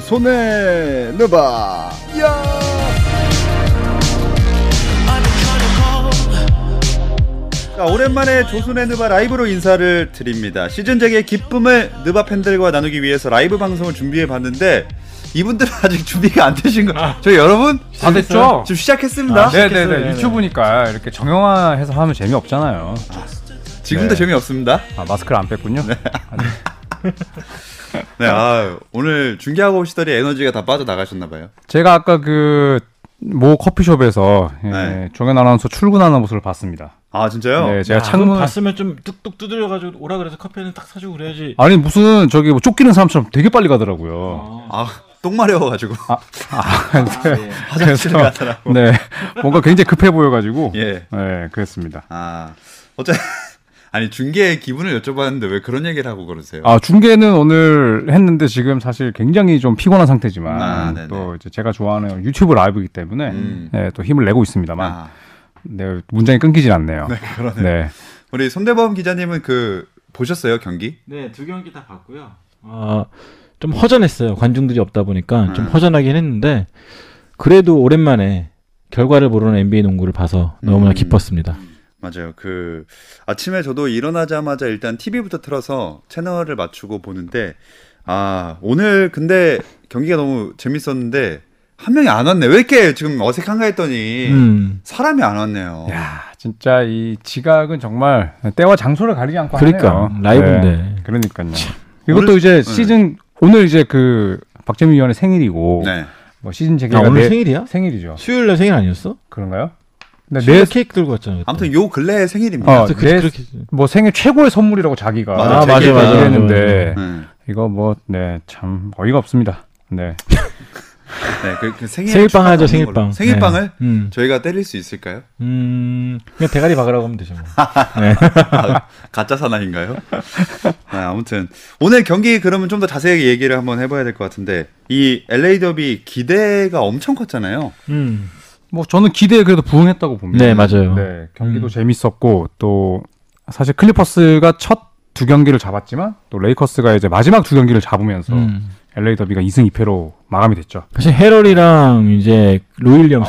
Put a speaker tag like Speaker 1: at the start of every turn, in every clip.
Speaker 1: 손에 넣어봐. 이야.
Speaker 2: 자, 오랜만에 조순의 느바 라이브로 인사를 드립니다. 시즌 제의 기쁨을 느바 팬들과 나누기 위해서 라이브 방송을 준비해 봤는데 이분들은 아직 준비가 안 되신 거.
Speaker 3: 아.
Speaker 2: 저희 여러분
Speaker 3: 다 됐죠?
Speaker 2: 지금 아, 시작했습니다.
Speaker 3: 네네네 유튜브니까 이렇게 정형화해서 하면 재미없잖아요.
Speaker 2: 지금도
Speaker 3: 네.
Speaker 2: 재미없습니다.
Speaker 3: 아 마스크를 안 뺐군요.
Speaker 2: 네, 아, 오늘 중계하고 오시더니 에너지가 다 빠져 나가셨나 봐요.
Speaker 3: 제가 아까 그 모 커피숍에서 예,
Speaker 2: 네.
Speaker 3: 종현 아나운서 출근하는 모습을 봤습니다.
Speaker 2: 아 진짜요?
Speaker 3: 네, 제가
Speaker 4: 창문
Speaker 3: 창문
Speaker 4: 봤으면 좀 뚝뚝 두드려가지고 오라 그래서 커피는 딱 사주고 그래야지.
Speaker 3: 아니 무슨 저기 뭐 쫓기는 사람처럼 되게 빨리 가더라고요.
Speaker 2: 아 똥마려워가지고 아, 예. 화장실
Speaker 3: 아, 네. 그래서
Speaker 2: 가더라고.
Speaker 3: 네 뭔가 굉장히 급해 보여가지고
Speaker 2: 예.
Speaker 3: 네, 그랬습니다.
Speaker 2: 아 어째 아니 중계의 기분을 여쭤봤는데 왜 그런 얘기를 하고 그러세요?
Speaker 3: 아 중계는 오늘 했는데 지금 사실 굉장히 좀 피곤한 상태지만
Speaker 2: 아, 네네.
Speaker 3: 또 이제 제가 좋아하는 유튜브 라이브이기 때문에
Speaker 2: 음.
Speaker 3: 네, 또 힘을 내고 있습니다만
Speaker 2: 아,
Speaker 3: 네, 문장이 끊기질 않네요. 네,
Speaker 2: 그러네요. 우리 손대범 기자님은 그 보셨어요 경기?
Speaker 4: 네, 두 경기 다 봤고요. 아, 좀 허전했어요. 관중들이 없다 보니까 좀
Speaker 2: 음.
Speaker 4: 허전하긴 했는데 그래도 오랜만에 결과를 모르는 NBA 농구를 봐서 너무나
Speaker 2: 음.
Speaker 4: 기뻤습니다.
Speaker 2: 맞아요. 그 아침에 저도 일어나자마자 일단 TV부터 틀어서 채널을 맞추고 보는데 아 오늘 근데 경기가 너무 재밌었는데 한 명이 안 왔네. 왜 이렇게 지금 어색한가 했더니
Speaker 4: 음.
Speaker 2: 사람이 안 왔네요.
Speaker 3: 야, 아, 진짜 이 지각은 정말 때와 장소를 가리지 않고
Speaker 4: 그러니까,
Speaker 3: 하네요.
Speaker 4: 라이브인데.
Speaker 3: 그러니까요. 이것도 이제
Speaker 2: 네.
Speaker 3: 시즌 오늘 이제 그 박재민 위원의 생일이고
Speaker 2: 네.
Speaker 3: 뭐 시즌
Speaker 4: 아,
Speaker 3: 재개가
Speaker 4: 오늘
Speaker 3: 내-
Speaker 4: 생일이야?
Speaker 3: 생일이죠.
Speaker 4: 수요일 날 생일 아니었어?
Speaker 3: 그런가요? 근데
Speaker 4: 수요일
Speaker 3: 내
Speaker 4: 날 케이크 들고 왔잖아. 그때.
Speaker 2: 아무튼 요 근래의 생일입니다.
Speaker 3: 어.
Speaker 4: 아무튼 그,
Speaker 3: 내-
Speaker 4: 그렇게
Speaker 3: 뭐 생일 최고의 선물이라고 자기가
Speaker 2: 맞아, 아, 맞아, 맞아,
Speaker 4: 네.
Speaker 3: 얘기했는데
Speaker 2: 음.
Speaker 3: 이거 뭐 네 참 어이가 없습니다. 네.
Speaker 2: 네, 그, 그 생일
Speaker 4: 생일빵 하죠,
Speaker 2: 축하 먹는 걸로.
Speaker 4: 생일빵.
Speaker 2: 생일빵을
Speaker 4: 네. 음.
Speaker 2: 저희가 때릴 수 있을까요?
Speaker 4: 음, 그냥 대가리 박으라고 하면 되죠. 뭐.
Speaker 2: 아, 가짜 사나인가요? 아, 아무튼 오늘 경기 그러면 좀 더 자세하게 얘기를 한번 해봐야 될 것 같은데 이 LA 더비 기대가 엄청 컸잖아요.
Speaker 4: 음.
Speaker 3: 뭐 저는 기대에 그래도 부응했다고 봅니다.
Speaker 4: 네, 맞아요.
Speaker 3: 네, 경기도
Speaker 4: 음.
Speaker 3: 재밌었고 또 사실 클리퍼스가 첫 두 경기를 잡았지만 또 레이커스가 이제 마지막 두 경기를 잡으면서
Speaker 4: 음.
Speaker 3: LA 더비가 2승 2패로 마감이 됐죠.
Speaker 4: 사실 해럴이랑 이제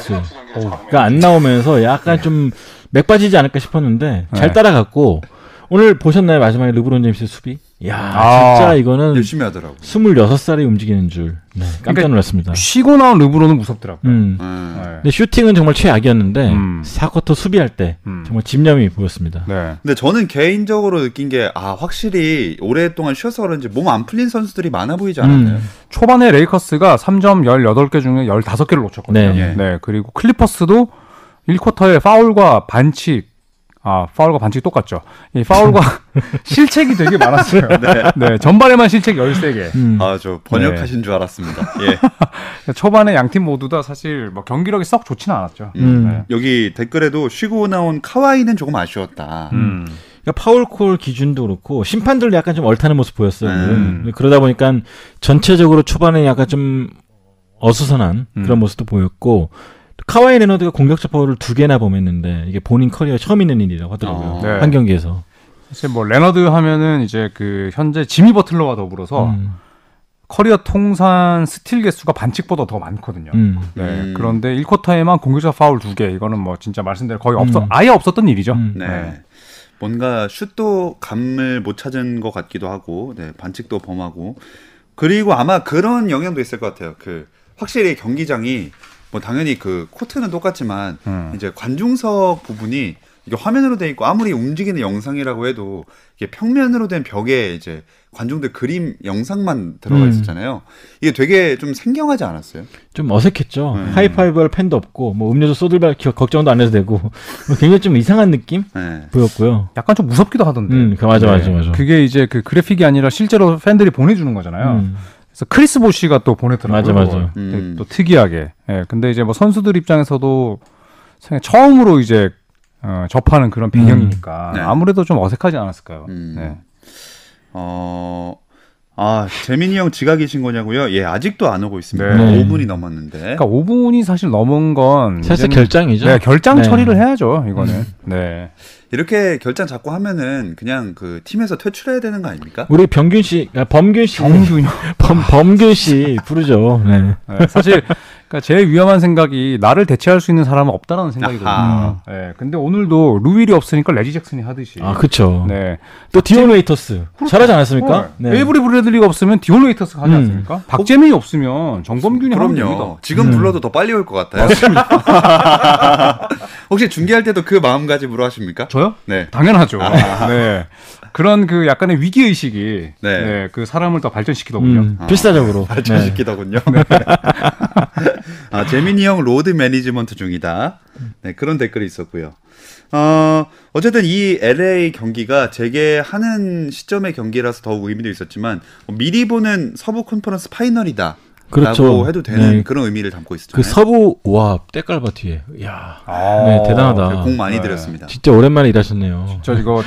Speaker 4: 로일리엄스가 안 나오면서 약간 좀 맥빠지지 않을까 싶었는데 잘
Speaker 3: 네.
Speaker 4: 따라갔고 오늘 보셨나요 마지막에 르브론 제임스 수비? 야
Speaker 3: 아.
Speaker 4: 진짜 이거는
Speaker 2: 열심히 하더라고.
Speaker 4: 26살이 움직이는 줄 네, 깜짝
Speaker 3: 그러니까
Speaker 4: 놀랐습니다.
Speaker 3: 쉬고 나온 르브론은 무섭더라고요.
Speaker 4: 음.
Speaker 2: 음.
Speaker 3: 네.
Speaker 4: 근데 슈팅은 정말 최악이었는데
Speaker 3: 음.
Speaker 4: 사쿼터 수비할 때
Speaker 3: 음.
Speaker 4: 정말 집념이 보였습니다.
Speaker 3: 네.
Speaker 2: 근데 저는 개인적으로 느낀 게 아 확실히 오랫동안 쉬어서 그런지 몸 안 풀린 선수들이 많아 보이지 않았나요?
Speaker 4: 음.
Speaker 3: 초반에 레이커스가 3점 18개 중에 15개를 놓쳤거든요.
Speaker 4: 네.
Speaker 3: 네. 그리고 클리퍼스도 1쿼터에 파울과 반칙, 아, 파울과 반칙 똑같죠. 이 파울과 실책이 되게 많았어요. 네. 전반에만 실책 13개.
Speaker 4: 음. 네.
Speaker 2: 아 저 번역하신 줄 알았습니다. 예.
Speaker 3: 그러니까 초반에 양 팀 모두 다 사실 뭐 경기력이 썩 좋지는 않았죠.
Speaker 4: 음.
Speaker 3: 네.
Speaker 2: 여기 댓글에도 쉬고 나온 카와이는 조금 아쉬웠다.
Speaker 3: 음.
Speaker 4: 그러니까 파울콜 기준도 그렇고 심판들도 약간 좀 얼타는 모습 보였어요. 오늘은.
Speaker 3: 음.
Speaker 4: 그러다 보니까 전체적으로 초반에 약간 좀 어수선한
Speaker 3: 음.
Speaker 4: 그런 모습도 보였고 또 카와이 레너드가 공격적 파울을 두 개나 범했는데 이게 본인 커리어 처음 있는 일이라고 하더라고요.
Speaker 2: 어.
Speaker 3: 네.
Speaker 4: 한 경기에서.
Speaker 3: 사실 뭐 레너드 하면은 이제 그 현재 지미 버틀러와 더불어서
Speaker 4: 음.
Speaker 3: 커리어 통산 스틸 개수가 반칙보다 더 많거든요.
Speaker 4: 음.
Speaker 3: 네.
Speaker 2: 음.
Speaker 3: 그런데 1쿼터에만 공격자 파울 2개. 이거는 뭐 진짜 말씀대로 거의 없어
Speaker 4: 음.
Speaker 3: 아예 없었던 일이죠.
Speaker 4: 음.
Speaker 2: 네.
Speaker 3: 네.
Speaker 2: 뭔가 슛도 감을 못 찾은 것 같기도 하고, 네, 반칙도 범하고. 그리고 아마 그런 영향도 있을 것 같아요. 그, 확실히 경기장이, 뭐, 당연히 그, 코트는 똑같지만,
Speaker 3: 음.
Speaker 2: 이제 관중석 부분이 이게 화면으로 돼 있고, 아무리 움직이는 영상이라고 해도, 이게 평면으로 된 벽에 이제 관중들 그림 영상만 들어가
Speaker 4: 음.
Speaker 2: 있었잖아요. 이게 되게 좀 생경하지 않았어요?
Speaker 4: 좀 어색했죠.
Speaker 3: 네.
Speaker 2: 음.
Speaker 4: 하이파이브할 팬도 없고 뭐 음료수 쏟을발 기- 걱정도 안 해도 되고 뭐 굉장히 좀 이상한 느낌
Speaker 2: 네.
Speaker 4: 보였고요.
Speaker 3: 약간 좀 무섭기도 하던데.
Speaker 4: 음, 그 맞아
Speaker 3: 네.
Speaker 4: 맞아 맞아.
Speaker 3: 그게 이제 그 그래픽이 아니라 실제로 팬들이 보내주는 거잖아요.
Speaker 4: 음.
Speaker 3: 그래서 크리스 보시가 또 보내더라고요.
Speaker 4: 맞아,
Speaker 3: 그걸.
Speaker 4: 맞아.
Speaker 2: 음.
Speaker 3: 되게 또 특이하게. 예, 근데 이제 뭐 선수들 입장에서도 생애 처음으로 이제 어, 접하는 그런 배경이니까
Speaker 2: 네.
Speaker 3: 네. 아무래도 좀 어색하지 않았을까요?
Speaker 2: 음.
Speaker 3: 네.
Speaker 2: 어, 아, 재민이 형 지각이신 거냐고요? 예, 아직도 안 오고 있습니다.
Speaker 4: 네.
Speaker 2: 5분이 넘었는데.
Speaker 3: 그러니까 5분이 사실 넘은 건
Speaker 4: 사실
Speaker 3: 이제는-
Speaker 4: 결장이죠.
Speaker 3: 네, 결장
Speaker 4: 네. 음.
Speaker 3: 처리를 해야죠. 이거는. 네.
Speaker 2: 이렇게 결장 자꾸 하면은 그냥 그 팀에서 퇴출해야 되는 거 아닙니까?
Speaker 4: 우리 병균 씨, 아, 범균 씨,
Speaker 3: 정균.
Speaker 4: 범, 범균 씨 부르죠. 네.
Speaker 3: 네, 사실 그러니까 제일 위험한 생각이 나를 대체할 수 있는 사람은 없다라는 생각이거든요.
Speaker 2: 아하.
Speaker 3: 네, 근데 오늘도 루일이 없으니까 레지 잭슨이 하듯이.
Speaker 2: 예.
Speaker 4: 아, 그쵸.
Speaker 3: 네.
Speaker 4: 또 디온 웨이터스. 잘하지 않았습니까?
Speaker 3: 네. 에이브리 브래들리가 없으면 디올레이터스가 하지
Speaker 4: 음.
Speaker 3: 않습니까? 박재민이 없으면 정범균이 하면 됩니다. 음.
Speaker 2: 그럼요. 지금 불러도 더 빨리 올 것 같아요. 혹시 중계할 때도 그 마음가짐으로 하십니까?
Speaker 3: 저요?
Speaker 2: 네.
Speaker 3: 당연하죠. 네. 그런 그 약간의 위기 의식이 네.
Speaker 2: 네.
Speaker 3: 그 사람을 더 발전시키더군요.
Speaker 4: 음,
Speaker 2: 아.
Speaker 4: 필사적으로. 네.
Speaker 2: 발전시키더군요. 아, 재민이 형 로드 매니지먼트 중이다. 네, 그런 댓글이 있었고요. 어, 어쨌든 이 LA 경기가 재개하는 시점의 경기라서 더욱 의미도 있었지만 뭐 미리 보는 서부 컨퍼런스 파이널이다.
Speaker 4: 그렇죠.
Speaker 2: 라고 해도 되는
Speaker 4: 네.
Speaker 2: 그런 의미를 담고 있었잖아요.
Speaker 4: 그 서부 와 때깔바 뒤에. 야,
Speaker 3: 아.
Speaker 4: 네, 대단하다.
Speaker 2: 그 어, 공 많이
Speaker 3: 네.
Speaker 2: 들였습니다.
Speaker 4: 진짜 오랜만에 일하셨네요.
Speaker 3: 저 이거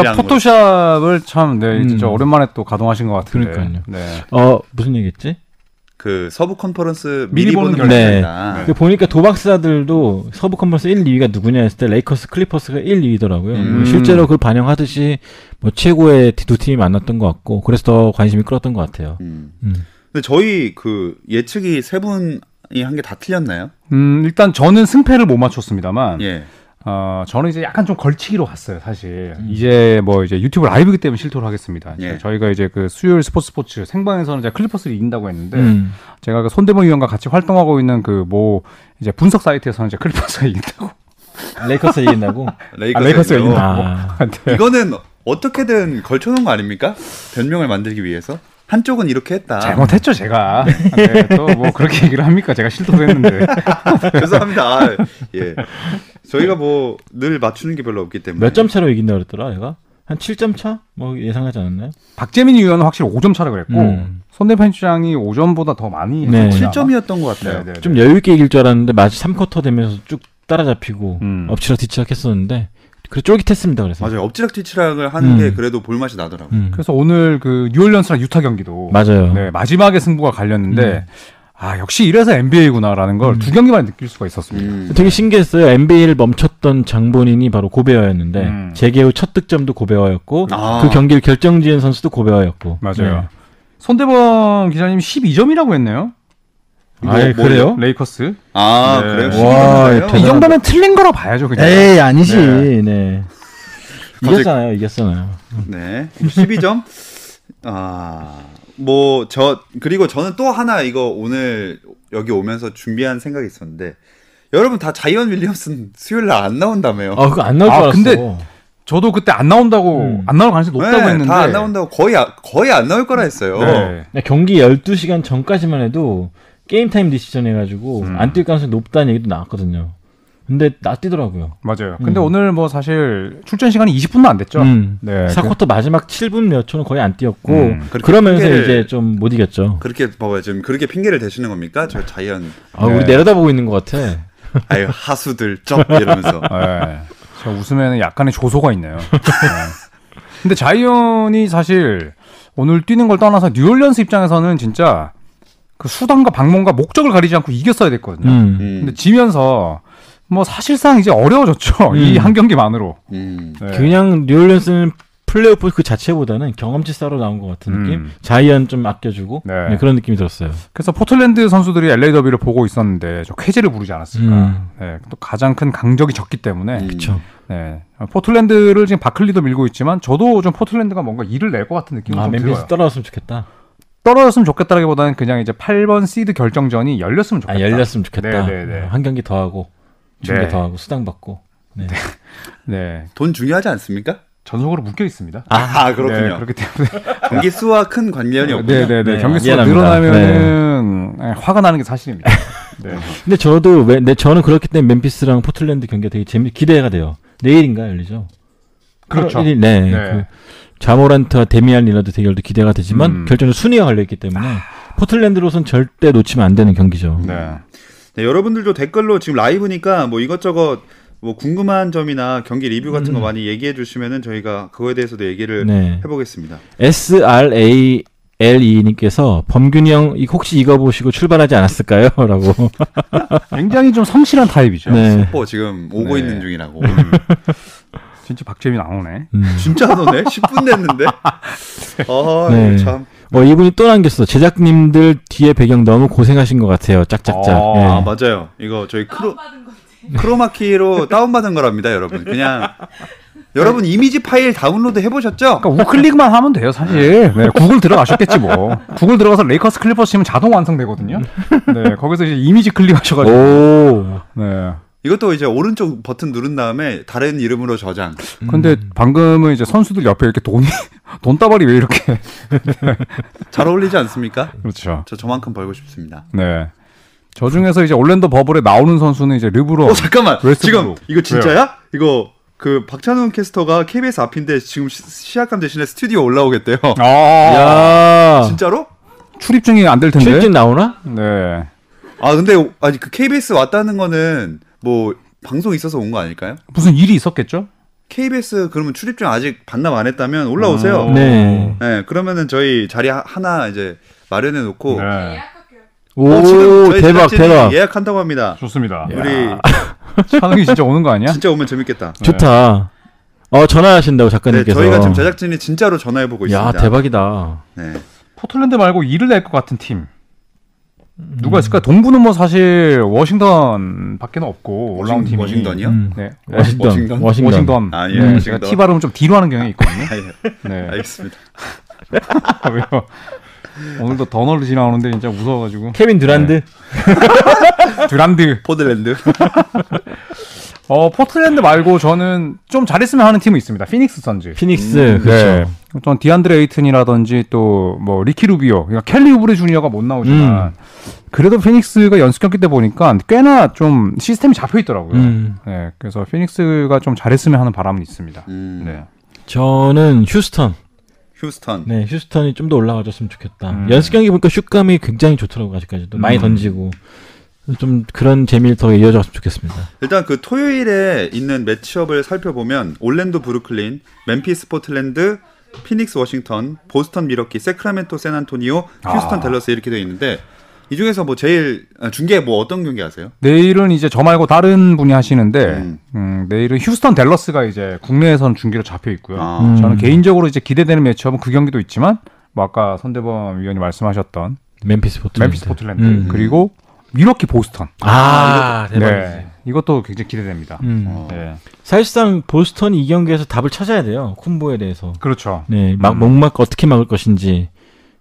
Speaker 2: 일한
Speaker 3: 포토샵을 참 네, 진짜
Speaker 4: 음.
Speaker 3: 오랜만에 또 가동하신 것 같은데.
Speaker 4: 그러니까요.
Speaker 3: 네.
Speaker 4: 어 무슨 얘기했지?
Speaker 2: 그 서부 컨퍼런스
Speaker 3: 미리
Speaker 2: 미리 보는
Speaker 3: 보는
Speaker 2: 경기다. 네.
Speaker 4: 그 보니까 도박사들도 서부 컨퍼런스 1, 2위가 누구냐 했을 때 레이커스 클리퍼스가 1, 2위더라고요. 뭐
Speaker 2: 음.
Speaker 4: 실제로 그걸 반영하듯이 뭐 최고의 두 팀이 만났던 것 같고 그래서 더 관심이 끌었던 것 같아요.
Speaker 2: 음.
Speaker 4: 음.
Speaker 2: 근데 저희 그 예측이 세 분이 한 게 다 틀렸나요?
Speaker 3: 음, 일단 저는 승패를 못 맞췄습니다만
Speaker 2: 예.
Speaker 3: 어, 저는 이제 약간 좀 걸치기로 갔어요, 사실.
Speaker 4: 음.
Speaker 3: 이제 뭐 이제 유튜브 라이브이기 때문에 실토를 하겠습니다.
Speaker 2: 예.
Speaker 3: 저희가 이제 그 수요일 스포츠 스포츠 생방에서는 제가 클리퍼스를 이긴다고
Speaker 2: 네.
Speaker 3: 했는데
Speaker 4: 음.
Speaker 3: 제가 그 손대범 위원과 같이 활동하고 있는 그 뭐 이제 분석 사이트에서는 이제 클리퍼스가 이긴다고.
Speaker 4: 레이커스 이긴다고?
Speaker 2: 레이커스
Speaker 3: 레이커스가
Speaker 2: 이기고.
Speaker 3: 이긴다.
Speaker 4: 아,
Speaker 3: 네.
Speaker 2: 이거는 어떻게든 걸쳐놓은 거 아닙니까? 변명을 만들기 위해서 한쪽은 이렇게
Speaker 4: 아.
Speaker 2: 했다.
Speaker 3: 잘못했죠, 제가. 네, 또뭐 그렇게 얘기를 합니까? 제가 실토도 했는데.
Speaker 2: 죄송합니다. 아, 예, 저희가 뭐 늘 맞추는 게 별로 없기 때문에
Speaker 4: 몇 점 차로 이긴다 그랬더라, 얘가? 한 7점 차? 뭐 예상하지 않았나요?
Speaker 3: 박재민 위원은 확실히 5점 차라 그랬고
Speaker 4: 음.
Speaker 3: 손대범 주장이 5점보다 더 많이
Speaker 4: 네.
Speaker 3: 했었구나.
Speaker 2: 7점이었던 것
Speaker 3: 네,
Speaker 2: 같아요.
Speaker 3: 네, 네.
Speaker 4: 좀 예. 여유있게 이길 줄 알았는데 마치 3쿼터 되면서 쭉 따라잡히고
Speaker 3: 음.
Speaker 4: 엎치락뒤치락 했었는데 그래 쫄깃했습니다 그래서
Speaker 2: 맞아요. 엎치락뒤치락을 하는
Speaker 4: 음.
Speaker 2: 게 그래도 볼 맛이 나더라고요.
Speaker 4: 음.
Speaker 3: 그래서 오늘 그 뉴올리언스랑 유타 경기도
Speaker 4: 맞아요 음.
Speaker 3: 네, 마지막에 승부가 갈렸는데 아 역시 이래서 NBA구나라는 걸 두 경기만 느낄 수가 있었습니다.
Speaker 2: 음.
Speaker 4: 되게 신기했어요 NBA를 멈췄던 장본인이 바로 고베어였는데
Speaker 3: 음.
Speaker 4: 재개 후 첫 득점도 고베어였고
Speaker 2: 아.
Speaker 4: 그 경기를 결정지은 선수도 고베어였고
Speaker 3: 맞아요.
Speaker 4: 네.
Speaker 3: 손대범 기자님 12점이라고 했네요.
Speaker 4: 아,
Speaker 2: 뭐예요?
Speaker 4: 예, 그래요?
Speaker 3: 레이커스.
Speaker 2: 아
Speaker 3: 네.
Speaker 2: 그래요?
Speaker 4: 와,
Speaker 2: 신기하네요.
Speaker 3: 이
Speaker 4: 대단-
Speaker 3: 정도면 틀린 거라 봐야죠, 그냥.
Speaker 4: 에이 아니지
Speaker 3: 네.
Speaker 4: 그러니까 네,
Speaker 2: 갑자기-
Speaker 4: 이겼잖아요 이겼잖아요
Speaker 2: 네. 12점. 아, 뭐, 저, 그리고 저는 또 하나 이거 오늘 여기 오면서 준비한 생각이 있었는데, 여러분 다 자이언 윌리엄슨 수요일 날 안 나온다며요.
Speaker 4: 아 그거 안 나올
Speaker 3: 아,
Speaker 4: 줄 알았어
Speaker 3: 근데 저도 그때 안 나온다고
Speaker 4: 음.
Speaker 3: 안 나올 가능성이 높다고 했는데
Speaker 2: 네, 다 안 나온다고 거의, 아- 거의 안 나올 거라 했어요.
Speaker 3: 네.
Speaker 4: 야, 경기 12시간 전까지만 해도 게임 타임 디시전 해가지고
Speaker 3: 음.
Speaker 4: 안 뛸 가능성이 높다는 얘기도 나왔거든요. 근데 나 뛰더라고요.
Speaker 3: 맞아요. 근데 오늘 뭐 사실 출전 시간이 20분도 안 됐죠.
Speaker 4: 음.
Speaker 3: 네.
Speaker 4: 사쿼터 마지막 7분 몇 초는 거의 안 뛰었고
Speaker 3: 음,
Speaker 2: 그렇게
Speaker 4: 그러면서
Speaker 2: 크게-
Speaker 4: 이제 좀 못 이겼죠.
Speaker 2: 그렇게 봐봐요. 지금 그렇게 핑계를 대시는 겁니까? 저 자이언,
Speaker 4: 아,
Speaker 3: 네.
Speaker 4: 우리 내려다보고 있는 것 같아.
Speaker 2: 아유, 하수들, 쩝, 이러면서.
Speaker 3: 네. 제가 웃으면 약간의 조소가 있네요. 네. 근데 자이언이 사실 오늘 뛰는 걸 떠나서 뉴올리언스 입장에서는 진짜 그 수단과 방문과 목적을 가리지 않고 이겼어야 됐거든요.
Speaker 4: 음.
Speaker 2: 음,
Speaker 3: 근데 지면서 뭐 사실상 이제 어려워졌죠.
Speaker 4: 음.
Speaker 3: 이 한 경기만으로.
Speaker 2: 음.
Speaker 3: 네.
Speaker 4: 그냥 뉴올리언스는 플레이오프 그 자체보다는 경험치 싸러 나온 것 같은
Speaker 3: 음.
Speaker 4: 느낌? 자이언 좀 아껴주고
Speaker 3: 네.
Speaker 4: 네, 그런 느낌이 들었어요.
Speaker 3: 그래서 포틀랜드 선수들이 LA 더비를 보고 있었는데 저 쾌재를 부르지 않았을까.
Speaker 4: 음.
Speaker 3: 네, 또 가장 큰 강적이 적기 때문에
Speaker 2: 음.
Speaker 4: 그쵸.
Speaker 3: 네. 아, 포틀랜드를 지금 바클리도 밀고 있지만 저도 좀 포틀랜드가 뭔가 일을 낼 것 같은 느낌이
Speaker 4: 아,
Speaker 3: 좀
Speaker 4: 멤피스
Speaker 3: 들어요.
Speaker 4: 떨어졌으면 좋겠다. 아,
Speaker 3: 떨어졌으면 좋겠다라기보다는 그냥 이제 8번 시드 결정전이 열렸으면 좋겠다.
Speaker 4: 아, 열렸으면 좋겠다.
Speaker 3: 네, 네, 네.
Speaker 4: 어, 한 경기 더 하고, 두개
Speaker 3: 네.
Speaker 4: 더 하고, 수당 받고. 네.
Speaker 3: 네.
Speaker 2: 돈 중요하지 않습니까?
Speaker 3: 전속으로 묶여 있습니다.
Speaker 2: 아, 그렇군요.
Speaker 3: 네, 그렇기 때문에
Speaker 2: 경기 수와 큰 관련이 없군요.
Speaker 3: 네, 네, 네.
Speaker 4: 네,
Speaker 3: 경기 수가
Speaker 4: 이해합니다.
Speaker 3: 늘어나면은 네, 화가 나는 게 사실입니다. 네.
Speaker 4: 근데 저도 왜, 네, 저는 그렇기 때문에 멤피스랑 포틀랜드 경기가 되게 재미 기대가 돼요. 내일인가 열리죠?
Speaker 3: 그렇죠.
Speaker 4: 1일, 네.
Speaker 3: 네.
Speaker 4: 그 자모란트와 데미안 릴라드 대결도 기대가 되지만
Speaker 3: 음. 아.
Speaker 4: 결정은 순위가 걸려 있기 때문에 포틀랜드로선 절대 놓치면 안 되는 경기죠.
Speaker 3: 네.
Speaker 2: 네, 여러분들도 댓글로 지금 라이브니까 뭐 이것저것 뭐 궁금한 점이나 경기 리뷰 같은
Speaker 3: 음.
Speaker 2: 거 많이 얘기해 주시면은 저희가 그거에 대해서도 얘기를
Speaker 4: 네.
Speaker 2: 해보겠습니다.
Speaker 4: SRA LE님께서 범균이 형 이- 혹시 이거 보시고 출발하지 않았을까요? 라고
Speaker 3: 굉장히 좀 성실한 타입이죠.
Speaker 4: 네.
Speaker 2: 뽀 지금 오고
Speaker 3: 네.
Speaker 2: 있는 중이라고. 음.
Speaker 3: 진짜 박재민 나오네.
Speaker 4: 음.
Speaker 2: 진짜 안 오네? 10분 됐는데? 아,
Speaker 4: 네.
Speaker 2: 참.
Speaker 4: 어, 이분이 또 남겼어. 제작님들 뒤에 배경 너무 고생하신 것 같아요. 짝짝짝.
Speaker 3: 아,
Speaker 4: 예.
Speaker 2: 아, 맞아요. 이거 저희 크로, 크로마키로 다운받은 거랍니다, 여러분. 그냥. 여러분 이미지 파일 다운로드 해보셨죠?
Speaker 3: 그러니까 우클릭만 하면 돼요, 사실. 네, 구글 들어가셨겠지 뭐. 구글 들어가서 레이커스 클리퍼스 치면 자동 완성되거든요. 네, 거기서 이제 이미지 클릭하셔가지고.
Speaker 4: 오.
Speaker 3: 네.
Speaker 2: 이것도 이제 오른쪽 버튼 누른 다음에 다른 이름으로 저장.
Speaker 3: 근데 방금은 이제 선수들 옆에 이렇게 돈이 돈다발이 왜 이렇게?
Speaker 2: 잘 어울리지 않습니까?
Speaker 3: 그렇죠.
Speaker 2: 저 저만큼 벌고 싶습니다.
Speaker 3: 네. 저 중에서 이제 올랜도 버블에 나오는 선수는 이제 르브론.
Speaker 2: 어 잠깐만 지금
Speaker 3: 웨스트브룩.
Speaker 2: 이거 진짜야? 이거 그 박찬훈 캐스터가 KBS 앞인데 지금 시, 시약감 대신에 스튜디오 올라오겠대요.
Speaker 3: 아,
Speaker 4: 야.
Speaker 2: 진짜로?
Speaker 3: 출입 증이 안 될 텐데.
Speaker 4: 출입증 나오나?
Speaker 3: 네.
Speaker 2: 아 근데 아니 그 KBS 왔다는 거는 뭐 방송 있어서 온 거 아닐까요?
Speaker 3: 무슨 일이 있었겠죠?
Speaker 2: KBS 그러면 출입증 아직 반납 안 했다면 올라오세요.
Speaker 3: 어.
Speaker 4: 네.
Speaker 2: 네, 그러면은 저희 자리 하- 하나 이제 마련해 놓고 어,
Speaker 3: 네.
Speaker 4: 오,
Speaker 2: 지금 저희
Speaker 4: 대박,
Speaker 2: 제작진이
Speaker 4: 대박.
Speaker 2: 예약한다고 합니다.
Speaker 3: 좋습니다.
Speaker 2: 우리
Speaker 3: 찬웅이 진짜 오는 거 아니야?
Speaker 2: 진짜 오면 재밌겠다.
Speaker 4: 좋다. 어, 전화하신다고
Speaker 2: 네,
Speaker 4: 작가님께서.
Speaker 2: 저희가 지금 제작진이 진짜로 전화해 보고
Speaker 4: 야,
Speaker 2: 있습니다.
Speaker 4: 대박이다.
Speaker 2: 네.
Speaker 3: 포틀랜드 말고 일을 낼 것 같은 팀.
Speaker 4: 음.
Speaker 3: 누가 있을까? 동부는 뭐 사실 워싱턴 밖에는 없고 올라온 팀이
Speaker 2: 워싱턴이요?
Speaker 4: 음.
Speaker 3: 네.
Speaker 4: 워싱턴.
Speaker 2: 워싱턴?
Speaker 4: 워싱턴.
Speaker 3: 워싱턴.
Speaker 2: 아, 예,
Speaker 3: 네, 제가
Speaker 2: 워싱턴.
Speaker 3: 티 발음 좀 뒤로 하는 경향이 있거든요.
Speaker 2: 아, 예.
Speaker 3: 네.
Speaker 2: 알겠습니다.
Speaker 3: 왜요? 오늘도 더널로 지나오는데 진짜 무서워가지고.
Speaker 4: 케빈 듀란드.
Speaker 3: 듀란드.
Speaker 2: 포들랜드.
Speaker 3: 어 포틀랜드 말고 저는 좀 잘했으면 하는 팀이 있습니다. 피닉스 선즈.
Speaker 4: 피닉스.
Speaker 3: 네.
Speaker 4: 그렇죠.
Speaker 3: 전 디안드레 에이튼이라든지 또 뭐 리키 루비오, 그러니까 켈리 우브레 주니어가 못 나오지만
Speaker 4: 음.
Speaker 3: 그래도 피닉스가 연습 경기 때 보니까 꽤나 좀 시스템이 잡혀 있더라고요.
Speaker 4: 음.
Speaker 3: 네, 그래서 피닉스가 좀 잘했으면 하는 바람은 있습니다.
Speaker 2: 음,
Speaker 3: 네.
Speaker 4: 저는 휴스턴.
Speaker 2: 휴스턴.
Speaker 4: 네, 휴스턴이 좀 더 올라가줬으면 좋겠다.
Speaker 3: 음.
Speaker 4: 연습 경기 보니까 슛감이 굉장히 좋더라고 아직까지도 많이
Speaker 3: 음.
Speaker 4: 던지고 좀 그런 재미를 더 이어졌으면 좋겠습니다.
Speaker 2: 일단 그 토요일에 있는 매치업을 살펴보면 올랜도 브루클린, 멤피스 포틀랜드, 피닉스 워싱턴, 보스턴 미러키, 세크라멘토 샌안토니오, 휴스턴
Speaker 3: 아.
Speaker 2: 댈러스 이렇게 돼 있는데 이 중에서 뭐 제일 아, 중계 뭐 어떤 경기 아세요?
Speaker 3: 내일은 이제 저 말고 다른 분이 하시는데
Speaker 2: 음.
Speaker 3: 음, 내일은 휴스턴 댈러스가 이제 국내에서는 중계로 잡혀 있고요.
Speaker 2: 아,
Speaker 4: 음.
Speaker 3: 저는 개인적으로 이제 기대되는 매치업은 그 경기도 있지만 뭐 아까 선대범 위원이 말씀하셨던
Speaker 4: 멤피스 포트.
Speaker 3: 멤피스 포틀랜드
Speaker 4: 음.
Speaker 3: 그리고 미러키 보스턴.
Speaker 4: 아, 대박이지.
Speaker 3: 네. 이것도 굉장히 기대됩니다.
Speaker 4: 음.
Speaker 2: 어.
Speaker 3: 네.
Speaker 4: 사실상 보스턴이 이 경기에서 답을 찾아야 돼요. 콤보에 대해서.
Speaker 3: 그렇죠.
Speaker 4: 네, 막
Speaker 3: 음.
Speaker 4: 목막 어떻게 막을 것인지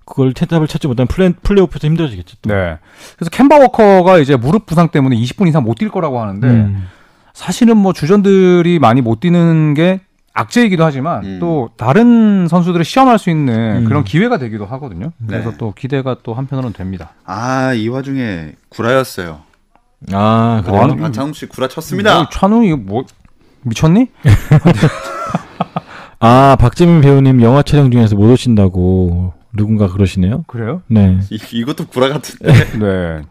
Speaker 4: 그걸 대답을 찾지 못하면 플레, 플레이오프에서 힘들어지겠죠. 또.
Speaker 3: 네. 그래서 캔바 워커가 이제 무릎 부상 때문에 20분 이상 못 뛸 거라고 하는데
Speaker 4: 음.
Speaker 3: 사실은 뭐 주전들이 많이 못 뛰는 게 악재이기도 하지만
Speaker 2: 음.
Speaker 3: 또 다른 선수들을 시험할 수 있는
Speaker 4: 음.
Speaker 3: 그런 기회가 되기도 하거든요. 그래서
Speaker 2: 네.
Speaker 3: 또 기대가 또 한편으로는 됩니다.
Speaker 2: 아, 이 와중에 구라였어요.
Speaker 4: 아, 그래요?
Speaker 3: 뭐 하는-
Speaker 2: 박창욱 씨 구라 쳤습니다.
Speaker 3: 찬우 이거 뭐 미쳤니?
Speaker 4: 아, 박재민 배우님 영화 촬영 중에서 못 오신다고 누군가 그러시네요.
Speaker 3: 그래요?
Speaker 4: 네.
Speaker 2: 이, 이것도 구라 같은데.
Speaker 3: 네.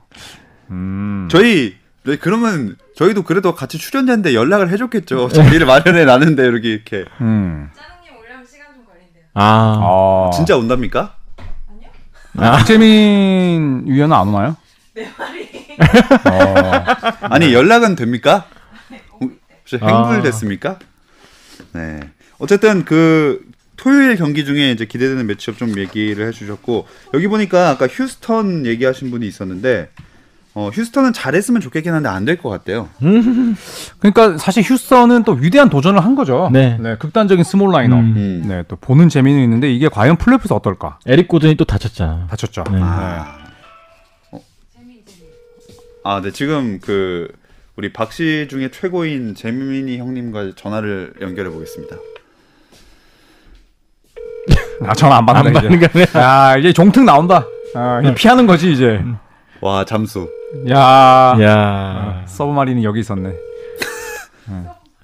Speaker 3: 음.
Speaker 2: 저희 네, 그러면 저희도 그래도 같이 출연자인데 연락을 해줬겠죠. 자리를 마련해 놨는데 이렇게 이렇게
Speaker 3: 음.
Speaker 5: 짜장님 올려면 시간 좀 걸린대요.
Speaker 4: 아,
Speaker 3: 아.
Speaker 2: 진짜 온답니까?
Speaker 3: 박재민 위원은 안 오나요?
Speaker 5: 내 말이.
Speaker 3: 어.
Speaker 2: 아니 연락은 됩니까? 혹시 행불됐습니까? 네. 어쨌든 그 토요일 경기 중에 이제 기대되는 매치업 좀 얘기를 해주셨고 여기 보니까 아까 휴스턴 얘기하신 분이 있었는데 어, 휴스턴은 잘했으면 좋겠긴 한데 안 될 것 같대요.
Speaker 3: 그러니까 사실 휴스턴은 또 위대한 도전을 한 거죠.
Speaker 4: 네.
Speaker 3: 극단적인 스몰 라인업.
Speaker 4: 음.
Speaker 2: 음.
Speaker 3: 네, 또 보는 재미는 있는데 이게 과연 플레이오프에서 어떨까?
Speaker 4: 에릭 고든이 또 다쳤잖아.
Speaker 3: 다쳤죠.
Speaker 4: 네.
Speaker 2: 아, 아, 네 지금 그 우리 박씨 중에 최고인 재민이 형님과 전화를 연결해 보겠습니다.
Speaker 3: 아, 전화 안 받는다
Speaker 4: 안 받는 네.
Speaker 3: 이제. 야, 이제 종특 나온다. 아, 이제 피하는 거지 이제.
Speaker 4: 음.
Speaker 2: 와 잠수
Speaker 3: 야.
Speaker 4: 예. 야.
Speaker 3: 서브마린이 여기 있었네.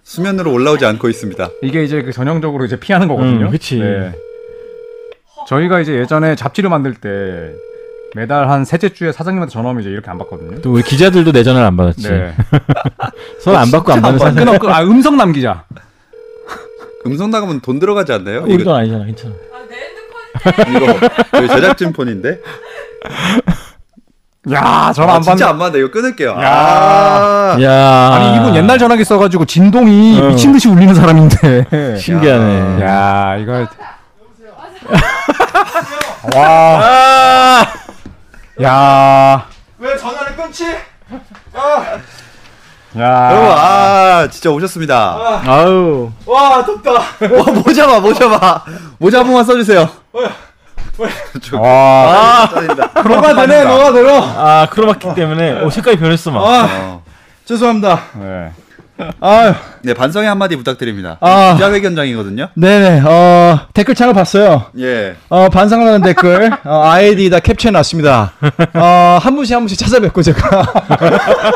Speaker 2: 수면으로 올라오지 않고 있습니다.
Speaker 3: 이게 이제 그 전형적으로 이제 네. 피하는 거거든요.
Speaker 4: 음, 그치.
Speaker 3: 저희가 이제 예전에 잡지를 만들 때 매달 한 셋째 주에 사장님한테 전화 오면 이제 이렇게 안 받거든요.
Speaker 4: 또 우리 기자들도 내 전화를 안 받았지.
Speaker 3: 네.
Speaker 4: 서로 안 받고 안 받는 사람.
Speaker 3: 끊어, 끊어. 아, 음성 남기자.
Speaker 2: 음성 나가면 돈 들어가지 않나요?
Speaker 4: 우리 돈 아니잖아, 괜찮아.
Speaker 5: 아, 내 핸드폰
Speaker 2: 이거 뭐, 저희 제작진 폰인데.
Speaker 3: 야, 전화
Speaker 2: 아,
Speaker 3: 안 받는.
Speaker 2: 진짜 안 받네. 이거 끊을게요. 아.
Speaker 4: 야
Speaker 3: 아니, 이분 옛날 전화기 써가지고 진동이
Speaker 4: 어.
Speaker 3: 미친 듯이 울리는 사람인데.
Speaker 4: 신기하네.
Speaker 3: 야, 이거.
Speaker 2: 아.
Speaker 3: 야,
Speaker 1: 왜 전화를 끊지? 아.
Speaker 2: 여러분,
Speaker 3: 야.
Speaker 2: 아, 진짜 오셨습니다.
Speaker 4: 아우.
Speaker 1: 와 덥다.
Speaker 2: 와, 모자봐, 모자봐. 모자 한 번만 써주세요.
Speaker 3: 와.
Speaker 2: 아, 짜증다
Speaker 1: 너가 되네, 너가 되어.
Speaker 4: 아 크로마키 때문에 오 색깔이 변했어 막.
Speaker 1: 아 죄송합니다.
Speaker 3: 네.
Speaker 1: 아유.
Speaker 2: 네, 반성의 한마디 부탁드립니다.
Speaker 1: 아.
Speaker 2: 기자회견장이거든요.
Speaker 1: 네네, 어, 댓글창을 봤어요.
Speaker 2: 예.
Speaker 1: 어, 반성하는 댓글. 어, 아이디 다 캡처해놨습니다. 어, 한 분씩 한 분씩 찾아뵙고 제가.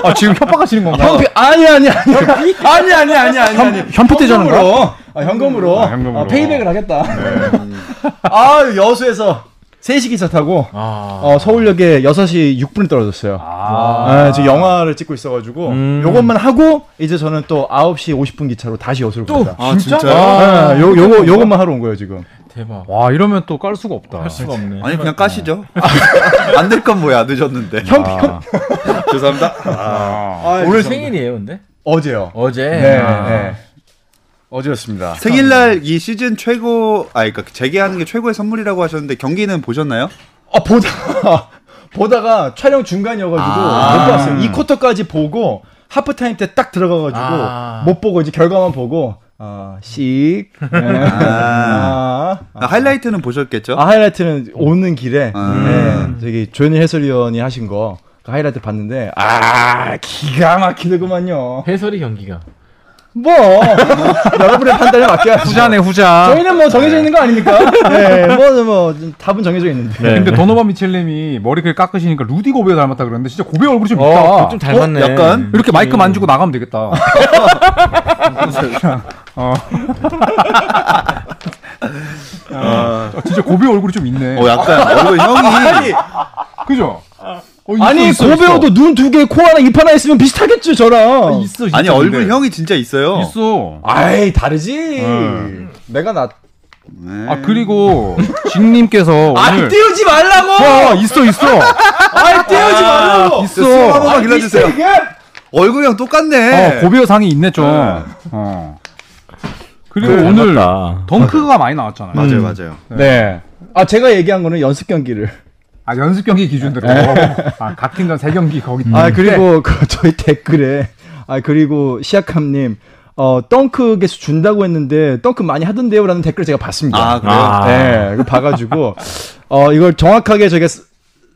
Speaker 3: 아, 지금 협박하시는 건가요?
Speaker 1: 형피, 아니, 아니, 아니. 아니, 아니, 아니, 아니. 아니.
Speaker 3: 현피 떼자는 거야?
Speaker 1: 현금으로. 아, 현금으로.
Speaker 3: 아, 현금으로.
Speaker 1: 아, 페이백을 하겠다. 아, 여수에서 3시 기차 타고, 어, 서울역에 6시 6분이 떨어졌어요.
Speaker 3: 아. 음.
Speaker 1: 아, 지금 영화를 찍고 있어가지고 요것만 하고 이제 저는 또 9시 50분 기차로 다시 여수로 갑니다.
Speaker 2: 아, 진짜요?
Speaker 1: 아, 요, 요거, 요것만 하러 온 거예요, 지금.
Speaker 4: 대박.
Speaker 3: 아. 와, 이러면 또 깔 수가 없다.
Speaker 4: 할 수가 없네.
Speaker 2: 아니, 그냥 까시죠. 안 될 건 뭐야, 늦었는데.
Speaker 1: 현피, 현,
Speaker 3: 아.
Speaker 2: 죄송합니다.
Speaker 3: 아.
Speaker 1: 아,
Speaker 4: 오늘
Speaker 1: 죄송합니다.
Speaker 4: 생일이에요, 근데?
Speaker 1: 어제요.
Speaker 4: 어제.
Speaker 1: 네,
Speaker 4: 아.
Speaker 1: 네. 어제였습니다.
Speaker 2: 생일날 이 시즌 최고, 아, 그러니까 재개하는 게 최고의 선물이라고 하셨는데 경기는 보셨나요?
Speaker 1: 아, 보다가, 보다가 촬영 중간이어가지고 못 봤어요. 이 쿼터까지 보고 하프타임 때 딱 들어가가지고
Speaker 4: 아.
Speaker 1: 못 보고 이제 결과만 보고 아, 씩. 네. 아.
Speaker 2: 아, 하이라이트는 보셨겠죠?
Speaker 1: 아, 하이라이트는 오는 길에
Speaker 2: 음.
Speaker 1: 네, 저기 조현일 해설위원이 하신 거. 그 하이라이트 봤는데 아 기가 막히더구만요.
Speaker 4: 해설이 경기가.
Speaker 1: 뭐 여러분의 판단에 맡겨야죠.
Speaker 3: 후자네, 후자.
Speaker 1: 저희는 뭐 정해져 있는 거 아닙니까? 네, 뭐뭐 답은 정해져 있는데.
Speaker 3: 근데 도노반 미첼님이 머리를 깎으시니까 루디 고베 닮았다 그러는데 진짜 고베 얼굴이 좀 있다.
Speaker 4: 어, 좀 닮았네.
Speaker 2: 어, 약간?
Speaker 3: 이렇게 마이크 만지고 나가면 되겠다. 어. 어, 진짜 고베 얼굴이 좀 있네.
Speaker 2: 어, 약간 얼굴 형이
Speaker 3: 그죠? 어, 있어,
Speaker 1: 아니
Speaker 3: 있어,
Speaker 1: 고배우도 눈 두 개, 코 하나, 입 하나 있으면 비슷하겠죠 저랑.
Speaker 3: 있어. 있어 진짜
Speaker 2: 아니 얼굴
Speaker 3: 근데.
Speaker 2: 형이 진짜 있어요.
Speaker 3: 있어.
Speaker 1: 아이 다르지.
Speaker 3: 음.
Speaker 1: 내가 나.
Speaker 2: 네.
Speaker 3: 아 그리고 진님께서
Speaker 1: 아
Speaker 3: 오늘
Speaker 1: 띄우지 말라고.
Speaker 3: 와 있어 있어
Speaker 1: 아 띄우지 말라고.
Speaker 2: 있어. 숨한
Speaker 1: 아,
Speaker 3: 있어.
Speaker 2: 번만 길러주세요.
Speaker 1: 이게
Speaker 2: 얼굴 형 똑같네.
Speaker 3: 어, 고베어 상이 있네 좀. 어. 그리고
Speaker 4: 그래,
Speaker 3: 오늘
Speaker 4: 닮았다.
Speaker 3: 덩크가 많이 나왔잖아요.
Speaker 2: 맞아요, 맞아요.
Speaker 1: 네. 아 제가 얘기한 거는 연습 경기를.
Speaker 3: 아 연습 경기 기준으로 아각 팀전 세 경기 거기.
Speaker 1: 아 그리고 그 저희 댓글에 아 그리고 시아캄님 어 덩크 개수 준다고 했는데 덩크 많이 하던데요라는 댓글 제가 봤습니다.
Speaker 2: 아 그래요?
Speaker 4: 아.
Speaker 1: 네, 그거 봐가지고 어 이걸 정확하게 저게 수-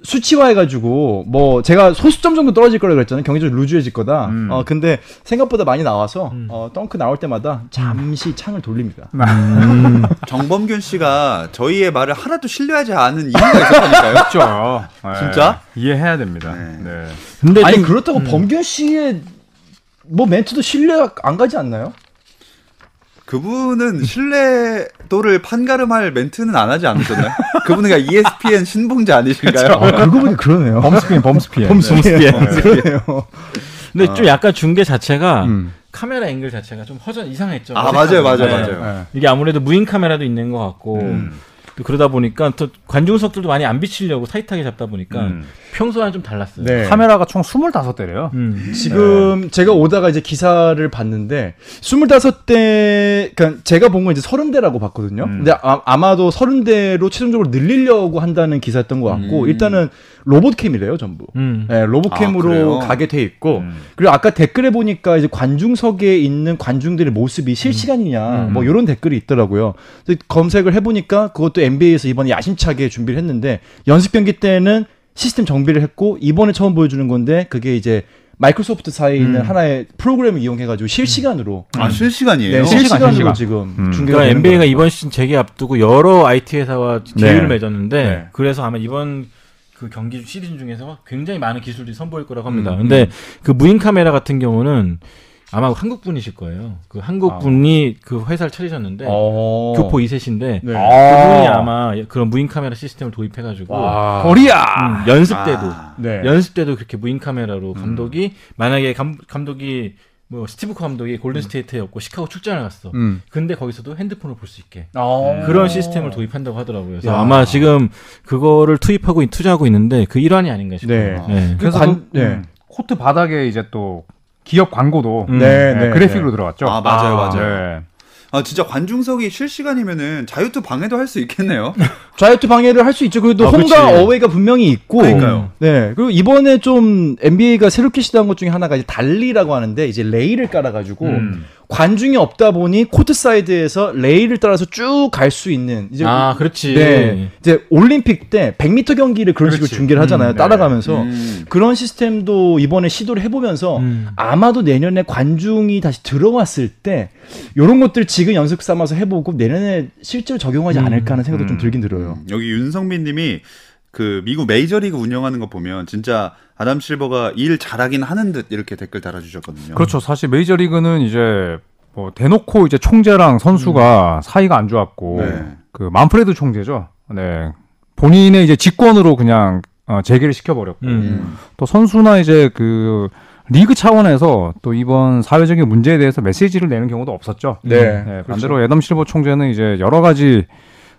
Speaker 1: 수치화해가지고 뭐 제가 소수점 정도 떨어질 거라 그랬잖아요. 경기적으로 루즈해질 거다. 어 근데 생각보다 많이 나와서 어 덩크 나올 때마다 잠시 창을 돌립니다.
Speaker 2: 정범균 씨가 저희의 말을 하나도 신뢰하지 않은 이유가 있었다니까요.
Speaker 3: 그렇죠. 네.
Speaker 2: 진짜?
Speaker 3: 이해해야 됩니다.
Speaker 2: 네.
Speaker 3: 네.
Speaker 4: 근데
Speaker 1: 아니 음.
Speaker 4: 좀
Speaker 1: 그렇다고 범균 씨의 뭐 멘트도 신뢰가 안 가지 않나요?
Speaker 2: 그분은 신뢰도를 판가름할 멘트는 안 하지 않으셨나요? 그분은 그냥 E ESPN 신봉자 아니신가요?
Speaker 1: 아, 그러고 보니 그러네요.
Speaker 3: 범스핀 범스핀.
Speaker 4: 범스피에.
Speaker 1: 네, 그러네요.
Speaker 4: 근데
Speaker 1: 어.
Speaker 4: 좀 약간 중계 자체가
Speaker 3: 음.
Speaker 4: 카메라 앵글 자체가 좀 허전 이상했죠.
Speaker 2: 아 맞아요, 맞아요,
Speaker 4: 네.
Speaker 2: 맞아요.
Speaker 4: 이게 아무래도 무인 카메라도 있는 것 같고
Speaker 1: 음.
Speaker 4: 또 그러다 보니까 또 관중석들도 많이 안 비치려고 타이트하게 잡다 보니까 평소와는 좀 달랐어요.
Speaker 1: 음. 네.
Speaker 3: 카메라가 총 25대래요.
Speaker 4: 음.
Speaker 1: 지금 제가 오다가 이제 기사를 봤는데 25대 그러니까 제가 본 건 이제 30대라고 봤거든요. 근데 아, 마도 30대로 최종적으로 늘리려고 한다는 기사였던 것 같고 일단은 로봇캠이래요, 전부.
Speaker 4: 음.
Speaker 1: 네, 로봇캠으로
Speaker 2: 아, 그래요?
Speaker 1: 가게 돼 있고 그리고 아까 댓글에 보니까 이제 관중석에 있는 관중들의 모습이 실시간이냐 뭐 이런 댓글이 있더라고요. 근데 검색을 해보니까 그것도 NBA에서 이번에 야심차게 준비를 했는데 연습 경기 때는 시스템 정비를 했고 이번에 처음 보여주는 건데 그게 이제 마이크로소프트 사이에 있는 하나의 프로그램을 이용해가지고 실시간으로
Speaker 2: 아 실시간이에요.
Speaker 1: 네, 실시간으로
Speaker 3: 실시간, 실시간.
Speaker 1: 지금
Speaker 3: 음.
Speaker 4: 그러니까
Speaker 1: 중계가 되는
Speaker 4: NBA가
Speaker 1: 거예요.
Speaker 4: 이번 시즌 재개 앞두고 여러 IT 회사와 기회를
Speaker 1: 네.
Speaker 4: 맺었는데
Speaker 3: 네.
Speaker 4: 그래서 아마 이번 그 경기
Speaker 1: 음.
Speaker 4: 시리즈 중에서 굉장히 많은 기술들이 선보일 거라고 합니다. 근데 그 무인 카메라 같은 경우는 아마 한국 분이실 거예요. 그 한국 분이 그 회사를 차리셨는데
Speaker 1: 아. 어.
Speaker 4: 교포 이세신데
Speaker 1: 네.
Speaker 4: 그분이 아마 그런 무인 카메라 시스템을 도입해가지고
Speaker 1: 와.
Speaker 3: 코리아.
Speaker 4: 음, 연습 때도
Speaker 2: 아,
Speaker 1: 네. 음.
Speaker 4: 연습 때도 그렇게 무인 카메라로 감독이 만약에 감, 감독이 뭐 스티브 커 감독이 골든 스테이트였고 시카고 출장을 갔어.
Speaker 1: 음.
Speaker 4: 근데 거기서도 핸드폰을 볼 수 있게
Speaker 1: 어.
Speaker 3: 아.
Speaker 4: 그런 시스템을 도입한다고 하더라고요. 그래서
Speaker 1: 야.
Speaker 4: 아마 지금 그거를 투입하고 있- 투자하고 있는데 그 일환이 아닌가 싶어요.
Speaker 1: 네.
Speaker 4: 네.
Speaker 3: 그래서
Speaker 1: 관-
Speaker 3: 그, 음, 코트 바닥에 이제 또 기업 광고도
Speaker 4: 음.
Speaker 1: 네,
Speaker 3: 네,
Speaker 1: 네,
Speaker 3: 그래픽으로
Speaker 1: 네.
Speaker 3: 들어갔죠.
Speaker 2: 아, 맞아요,
Speaker 3: 아,
Speaker 2: 맞아요.
Speaker 3: 네.
Speaker 2: 아 진짜 관중석이 쉴 시간이면은 자유투 방해도 할 수 있겠네요.
Speaker 1: 자유투 방해를 할 수 있죠. 그리고 또
Speaker 4: 아, 그치.
Speaker 1: 홈과 어웨이가 분명히 있고.
Speaker 2: 그러니까요.
Speaker 1: 네. 그리고 이번에 좀 NBA가 새롭게 시도한 것 중에 하나가 이제 달리라고 하는데 이제 레일을 깔아가지고
Speaker 3: 음.
Speaker 1: 관중이 없다 보니 코트 사이드에서 레일을 따라서 쭉 갈 수 있는 이제
Speaker 4: 아, 그렇지.
Speaker 1: 네. 이제 올림픽 때 100m 경기를 그런 식으로 중계를 하잖아요.
Speaker 3: 네.
Speaker 1: 따라가면서
Speaker 2: 음.
Speaker 1: 그런 시스템도 이번에 시도를 해보면서
Speaker 4: 음.
Speaker 1: 아마도 내년에 관중이 다시 들어왔을 때 이런 것들 지금 연습 삼아서 해보고 내년에 실제로 적용하지 않을까 하는 생각도 좀 들긴 들어요.
Speaker 2: 여기 윤성민님이 그 미국 메이저리그 운영하는 거 보면 진짜 아담 실버가 일 잘하긴 하는 듯 이렇게 댓글 달아주셨거든요.
Speaker 3: 그렇죠. 사실 메이저리그는 이제 뭐 대놓고 이제 총재랑 선수가 사이가 안 좋았고
Speaker 2: 네.
Speaker 3: 그 만프레드 총재죠. 네. 본인의 이제 직권으로 그냥 어, 재개를 시켜버렸고
Speaker 4: 음.
Speaker 3: 또 선수나 이제 그 리그 차원에서 또 이번 사회적인 문제에 대해서 메시지를 내는 경우도 없었죠.
Speaker 1: 네.
Speaker 3: 네, 반대로 에덤 실버 총재는 이제 여러 가지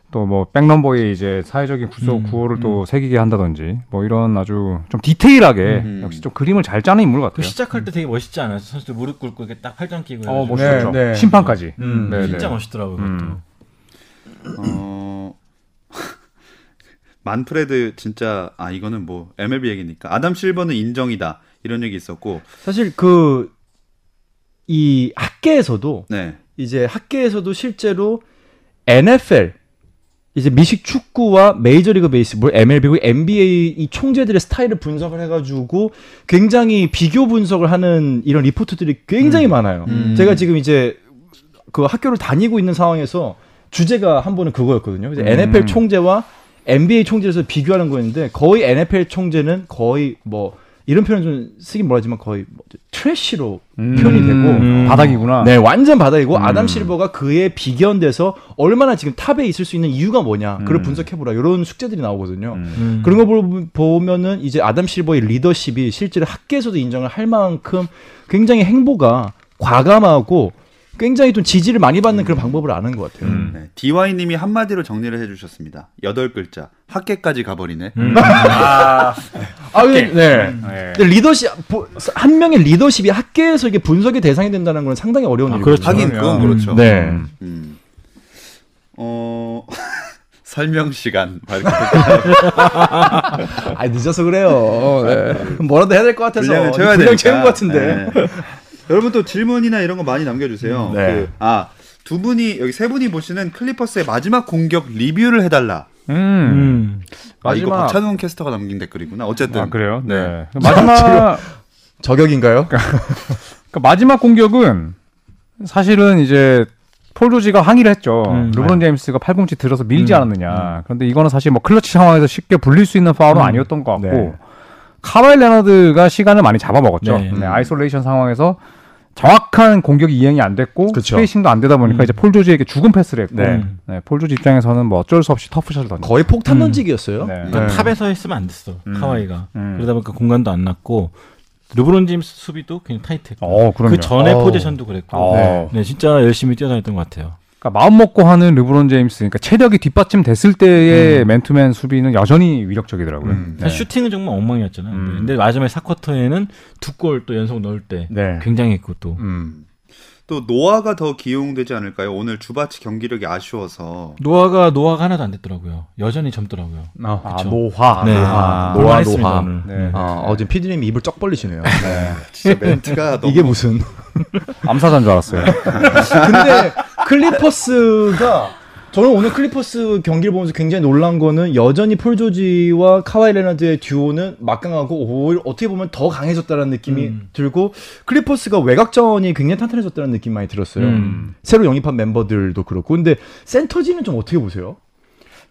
Speaker 3: 또 뭐 백넘버의 이제 사회적인 구소 구호를 또 새기게 한다든지 뭐 이런 아주 좀 디테일하게
Speaker 2: 음.
Speaker 3: 역시 좀 그림을 잘 짜는 인물
Speaker 4: 그
Speaker 3: 같아요.
Speaker 4: 시작할 때 되게 멋있지 않았어요? 선수들 무릎 꿇고 이렇게 딱 팔짱 끼고.
Speaker 3: 어
Speaker 4: 해가지고.
Speaker 3: 멋있죠.
Speaker 1: 네, 네.
Speaker 3: 심판까지.
Speaker 4: 음,
Speaker 3: 네,
Speaker 4: 진짜
Speaker 3: 네.
Speaker 4: 멋있더라고요.
Speaker 3: 음.
Speaker 4: 그것도.
Speaker 2: 어... 만프레드 진짜 아 이거는 뭐 MLB 얘기니까 아담 실버는 인정이다 이런 얘기 있었고
Speaker 1: 사실 그 이 학계에서도
Speaker 2: 네
Speaker 1: 이제 학계에서도 실제로 NFL 이제 미식 축구와 메이저리그 베이스볼, MLB, 그리고 NBA 이 총재들의 스타일을 분석을 해가지고 굉장히 비교 분석을 하는 이런 리포트들이 굉장히 많아요.
Speaker 2: 음.
Speaker 1: 제가 지금 이제 그 학교를 다니고 있는 상황에서 주제가 한 번은 그거였거든요. 이제 NFL 총재와 NBA 총재에서 비교하는 거였는데 거의 NFL 총재는 거의 뭐 이런 표현 좀 쓰긴 뭐라지만 거의 뭐 트래쉬로 표현이 되고
Speaker 3: 음, 바닥이구나.
Speaker 1: 네, 완전 바닥이고
Speaker 4: 음.
Speaker 1: 아담 실버가 그에 비견돼서 얼마나 지금 탑에 있을 수 있는 이유가 뭐냐. 그걸 분석해보라. 이런 숙제들이 나오거든요.
Speaker 4: 음.
Speaker 1: 그런 거 보- 보면은 이제 아담 실버의 리더십이 실제로 학계에서도 인정을 할 만큼 굉장히 행보가 과감하고 굉장히 좀 지지를 많이 받는 그런 방법을 아는 것 같아요.
Speaker 4: 음.
Speaker 2: 네. DY님이 한마디로 정리를 해주셨습니다 여덟 글자 학계까지 가버리네
Speaker 1: 아, 네.
Speaker 4: 음.
Speaker 1: 근데 리더십 보- 한 명의 리더십이 학계에서 이게 분석의 대상이 된다는 건 상당히 어려운
Speaker 4: 아,
Speaker 1: 일이거든요.
Speaker 4: 그렇죠.
Speaker 2: 하긴 그건
Speaker 4: 음.
Speaker 2: 그렇죠
Speaker 1: 네.
Speaker 2: 음. 어 설명 시간
Speaker 1: 아 늦어서 그래요. 네. 뭐라도 해야 될 것 같아서
Speaker 2: 분량을 채워야 되니까.
Speaker 1: 분량 채운 것 같은데.
Speaker 2: 네. 여러분 또 질문이나 이런 거 많이 남겨주세요.
Speaker 1: 네.
Speaker 2: 그, 아, 두 분이 여기 세 분이 보시는 클리퍼스의 마지막 공격 리뷰를 해달라.
Speaker 3: 음.
Speaker 4: 음.
Speaker 2: 아, 이거
Speaker 3: 마지막-
Speaker 2: 박찬웅 캐스터가 남긴 댓글이구나. 어쨌든
Speaker 3: 아 그래요.
Speaker 2: 네.
Speaker 3: 네. 마지막
Speaker 1: 저격인가요?
Speaker 3: 그러니까 마지막 공격은 사실은 이제 폴 조지가 항의를 했죠.
Speaker 1: 네.
Speaker 4: 음.
Speaker 3: 르브론 제임스가 팔꿈치 들어서 밀지
Speaker 1: 음,
Speaker 3: 않았느냐. 그런데 이거는 사실 뭐 클러치 상황에서 쉽게 불릴 수 있는 파울은 아니었던 것 같고
Speaker 1: 음, 네.
Speaker 3: 카와이 레너드가 시간을 많이 잡아먹었죠.
Speaker 4: 네.
Speaker 1: 음.
Speaker 3: 네, 아이솔레이션 상황에서 정확한 공격이 이행이 안 됐고
Speaker 1: 그쵸.
Speaker 3: 스페이싱도 안 되다 보니까
Speaker 4: 음.
Speaker 3: 이제 폴 조지에게 죽은 패스를 했고
Speaker 1: 네.
Speaker 3: 네, 폴 조지 입장에서는 뭐 어쩔 수 없이 터프샷을 던졌죠.
Speaker 1: 거의 폭탄
Speaker 4: 음.
Speaker 1: 던지기였어요.
Speaker 3: 네.
Speaker 4: 그러니까
Speaker 1: 네.
Speaker 4: 탑에서 했으면 안 됐어. 카와이가.
Speaker 3: 음.
Speaker 4: 그러다 보니까 공간도 안 났고 르브론 짐스 수비도 그냥 타이트했고.
Speaker 3: 어, 그럼요.
Speaker 4: 그 전에
Speaker 1: 어우.
Speaker 4: 포지션도 그랬고.
Speaker 3: 어.
Speaker 1: 네.
Speaker 4: 네, 진짜 열심히 뛰어다녔던 것 같아요.
Speaker 3: 그러니까 마음 먹고 하는 르브론 제임스, 그러니까 체력이 뒷받침 됐을 때의 맨투맨 수비는 여전히 위력적이더라고요.
Speaker 2: 음.
Speaker 4: 사실 슈팅은 정말 엉망이었잖아요.
Speaker 3: 네. 음.
Speaker 4: 근데 마지막에 사쿼터에는 두 골 또 연속 넣을 때
Speaker 3: 네.
Speaker 4: 굉장했고 또.
Speaker 3: 음.
Speaker 2: 또 노아가 더 기용되지 않을까요? 오늘 주바치 경기력이 아쉬워서
Speaker 4: 노아가 노아가 하나도 안 됐더라고요. 여전히 젊더라고요.
Speaker 1: 아,
Speaker 4: 그쵸.
Speaker 1: 노화.
Speaker 4: 네.
Speaker 1: 노화.
Speaker 3: 아,
Speaker 1: 노화,
Speaker 4: 할만했습니다,
Speaker 1: 노화.
Speaker 4: 오늘.
Speaker 3: 네.
Speaker 1: 아, 어, 지금 피디님이 입을 쩍 벌리시네요.
Speaker 2: 진짜 멘트가 너무
Speaker 1: 이게 무슨.
Speaker 3: 암사자인 줄 알았어요.
Speaker 1: 근데 클리퍼스가 저는 오늘 클리퍼스 경기를 보면서 굉장히 놀란 거는 여전히 폴 조지와 카와이 레너드의 듀오는 막강하고 오히려 어떻게 보면 더 강해졌다는 느낌이
Speaker 2: 음.
Speaker 1: 들고 클리퍼스가 외곽전이 굉장히 탄탄해졌다는 느낌이 많이 들었어요.
Speaker 4: 음.
Speaker 1: 새로 영입한 멤버들도 그렇고 근데 센터진은 좀 어떻게 보세요?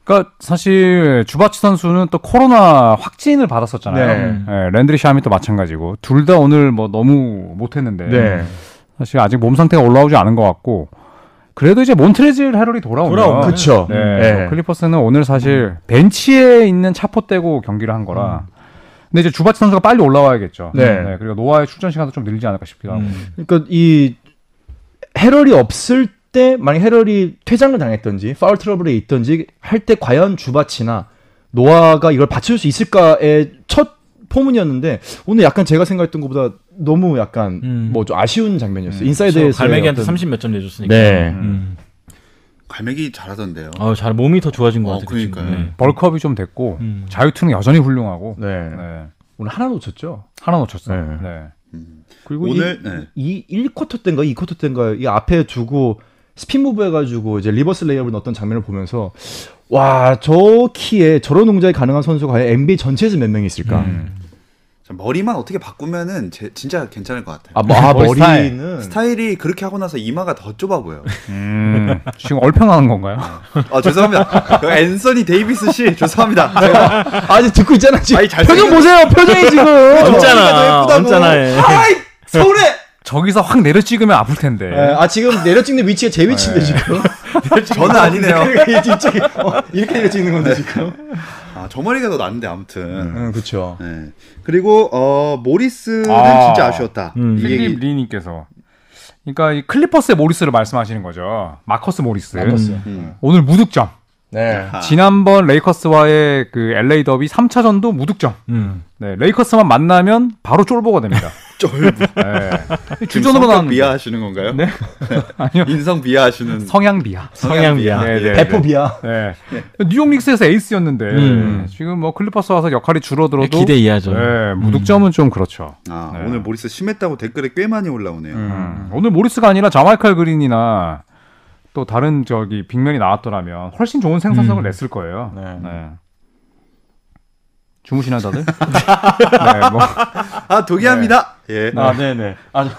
Speaker 3: 그러니까 사실 주바치 선수는 또 코로나 확진을 네.
Speaker 4: 음.
Speaker 3: 받았었잖아요. 네, 랜드리 샴이 또 마찬가지고 둘 다 오늘 뭐 너무 못했는데 사실 아직 몸 상태가 올라오지 않은 것 같고 그래도 이제 몬트레질 헤럴이 돌아오면
Speaker 4: 돌아오면
Speaker 1: 어, 그쵸.
Speaker 3: 네,
Speaker 1: 네. 음.
Speaker 3: 뭐 클리퍼스는 오늘 사실 벤치에 있는 차포 떼고 경기를 한 거라. 근데 이제 주바치 선수가 빨리 올라와야겠죠.
Speaker 1: 네.
Speaker 3: 그리고 노아의 출전 시간도 좀 늘리지 않을까 싶기도 하고.
Speaker 4: 음.
Speaker 1: 그러니까 이 헤럴이 없을 때 만약 헤럴이 퇴장을 당했던지 파울 트러블에 있던지 할 때 과연 주바치나 노아가 이걸 받쳐줄 수 있을까의 첫 포문이었는데 오늘 약간 제가 생각했던 것보다 너무 약간
Speaker 4: 음. 그렇죠.
Speaker 1: 뭐 좀 아쉬운 장면이었어요. 인사이드에서
Speaker 4: 갈매기한테 30몇 점 내줬으니까.
Speaker 1: 네.
Speaker 4: 음.
Speaker 2: 갈매기 잘하던데요.
Speaker 4: 아, 잘 몸이 더 좋아진 것
Speaker 2: 어,
Speaker 4: 같아요. 지금.
Speaker 2: 그러니까요.
Speaker 4: 네.
Speaker 3: 벌크업이 좀 됐고
Speaker 4: 음.
Speaker 3: 자유투는 여전히 훌륭하고.
Speaker 1: 네.
Speaker 3: 네.
Speaker 1: 오늘 하나 놓쳤죠.
Speaker 3: 하나 놓쳤어요.
Speaker 1: 네.
Speaker 3: 네.
Speaker 2: 음.
Speaker 1: 그리고
Speaker 2: 오늘 네.
Speaker 1: 이, 이 1쿼터 때인가 2쿼터 때인가 이 앞에 두고 스핀 무브 해가지고 이제 리버스 레이업을 넣었던 장면을 보면서 와 저 키에 저런 동작이 가능한 선수가 과연 NBA 전체에서 몇 명이 있을까?
Speaker 2: 자, 머리만 어떻게 바꾸면은 제- 진짜 괜찮을 것 같아요.
Speaker 1: 아, 뭐, 아,
Speaker 3: 머리 스타일.
Speaker 1: 머리는
Speaker 2: 스타일이 그렇게 하고 나서 이마가 더 좁아 보여.
Speaker 3: 음, 지금 얼평하는 건가요?
Speaker 2: 아 죄송합니다. 그 앤서니 데이비스 씨 죄송합니다. 제가
Speaker 1: 아 이제 듣고 있잖아 지금
Speaker 2: 아니, 잘생긴-
Speaker 1: 표정 보세요 표정이 지금
Speaker 4: 얹잖아.
Speaker 2: 머리가 더 예쁘다고.
Speaker 4: 얹잖아. 예.
Speaker 2: 아이 서울에
Speaker 3: 저기서 확 내려 찍으면 아플 텐데.
Speaker 1: 예, 아 지금 내려 찍는 위치가 제 위치인데
Speaker 3: 네.
Speaker 1: 지금
Speaker 2: 저는 아니네요.
Speaker 1: 그러니까 이제 이쪽이 어, 이렇게 내려 찍는 건데
Speaker 3: 네.
Speaker 1: 지금
Speaker 2: 아, 저 머리가 더 낫는데 아무튼.
Speaker 3: 음,
Speaker 1: 응 그렇죠
Speaker 2: 네. 그리고 어 모리스는
Speaker 3: 아.
Speaker 2: 진짜 아쉬웠다.
Speaker 4: 음.
Speaker 2: 이
Speaker 3: 필립
Speaker 2: 얘기
Speaker 3: 리님께서. 그러니까 이 클리퍼스의 모리스를 말씀하시는 거죠. 마커스 모리스.
Speaker 1: 바꿨어요
Speaker 2: 음.
Speaker 3: 오늘 무득점.
Speaker 1: 네
Speaker 2: 아.
Speaker 3: 지난번 레이커스와의 그 LA 더비 3차전도 무득점.
Speaker 4: 음.
Speaker 3: 네, 레이커스만 만나면 바로 쫄보가 됩니다. 쫄보. 네.
Speaker 2: 지금
Speaker 3: 주전으로
Speaker 2: 성격
Speaker 3: 나왔는데.
Speaker 2: 비하하시는 건가요?
Speaker 3: 네. 아니요.
Speaker 2: 인성 비하하시는 예.
Speaker 3: 성향 비하.
Speaker 4: 성향 비하.
Speaker 3: 네, 네, 네.
Speaker 1: 배포비야
Speaker 3: 네. 뉴욕 닉스에서 에이스였는데
Speaker 4: 음.
Speaker 3: 지금 뭐 클리퍼스 와서 역할이 줄어들어도
Speaker 4: 기대 이하죠.
Speaker 3: 네, 무득점은 좀 그렇죠.
Speaker 2: 아,
Speaker 3: 네.
Speaker 2: 오늘 모리스 심했다고 댓글에 꽤 많이 올라오네요.
Speaker 3: 음. 오늘 모리스가 아니라 자마이칼 그린이나 또 다른 저기 빅맨이 나왔더라면 훨씬 좋은 생산성을
Speaker 4: 음.
Speaker 3: 냈을 거예요.
Speaker 1: 네.
Speaker 3: 네. 주무시나 다들? 네, 뭐
Speaker 2: 아, 동의합니다. 예.
Speaker 1: 아 네네 아
Speaker 3: 네.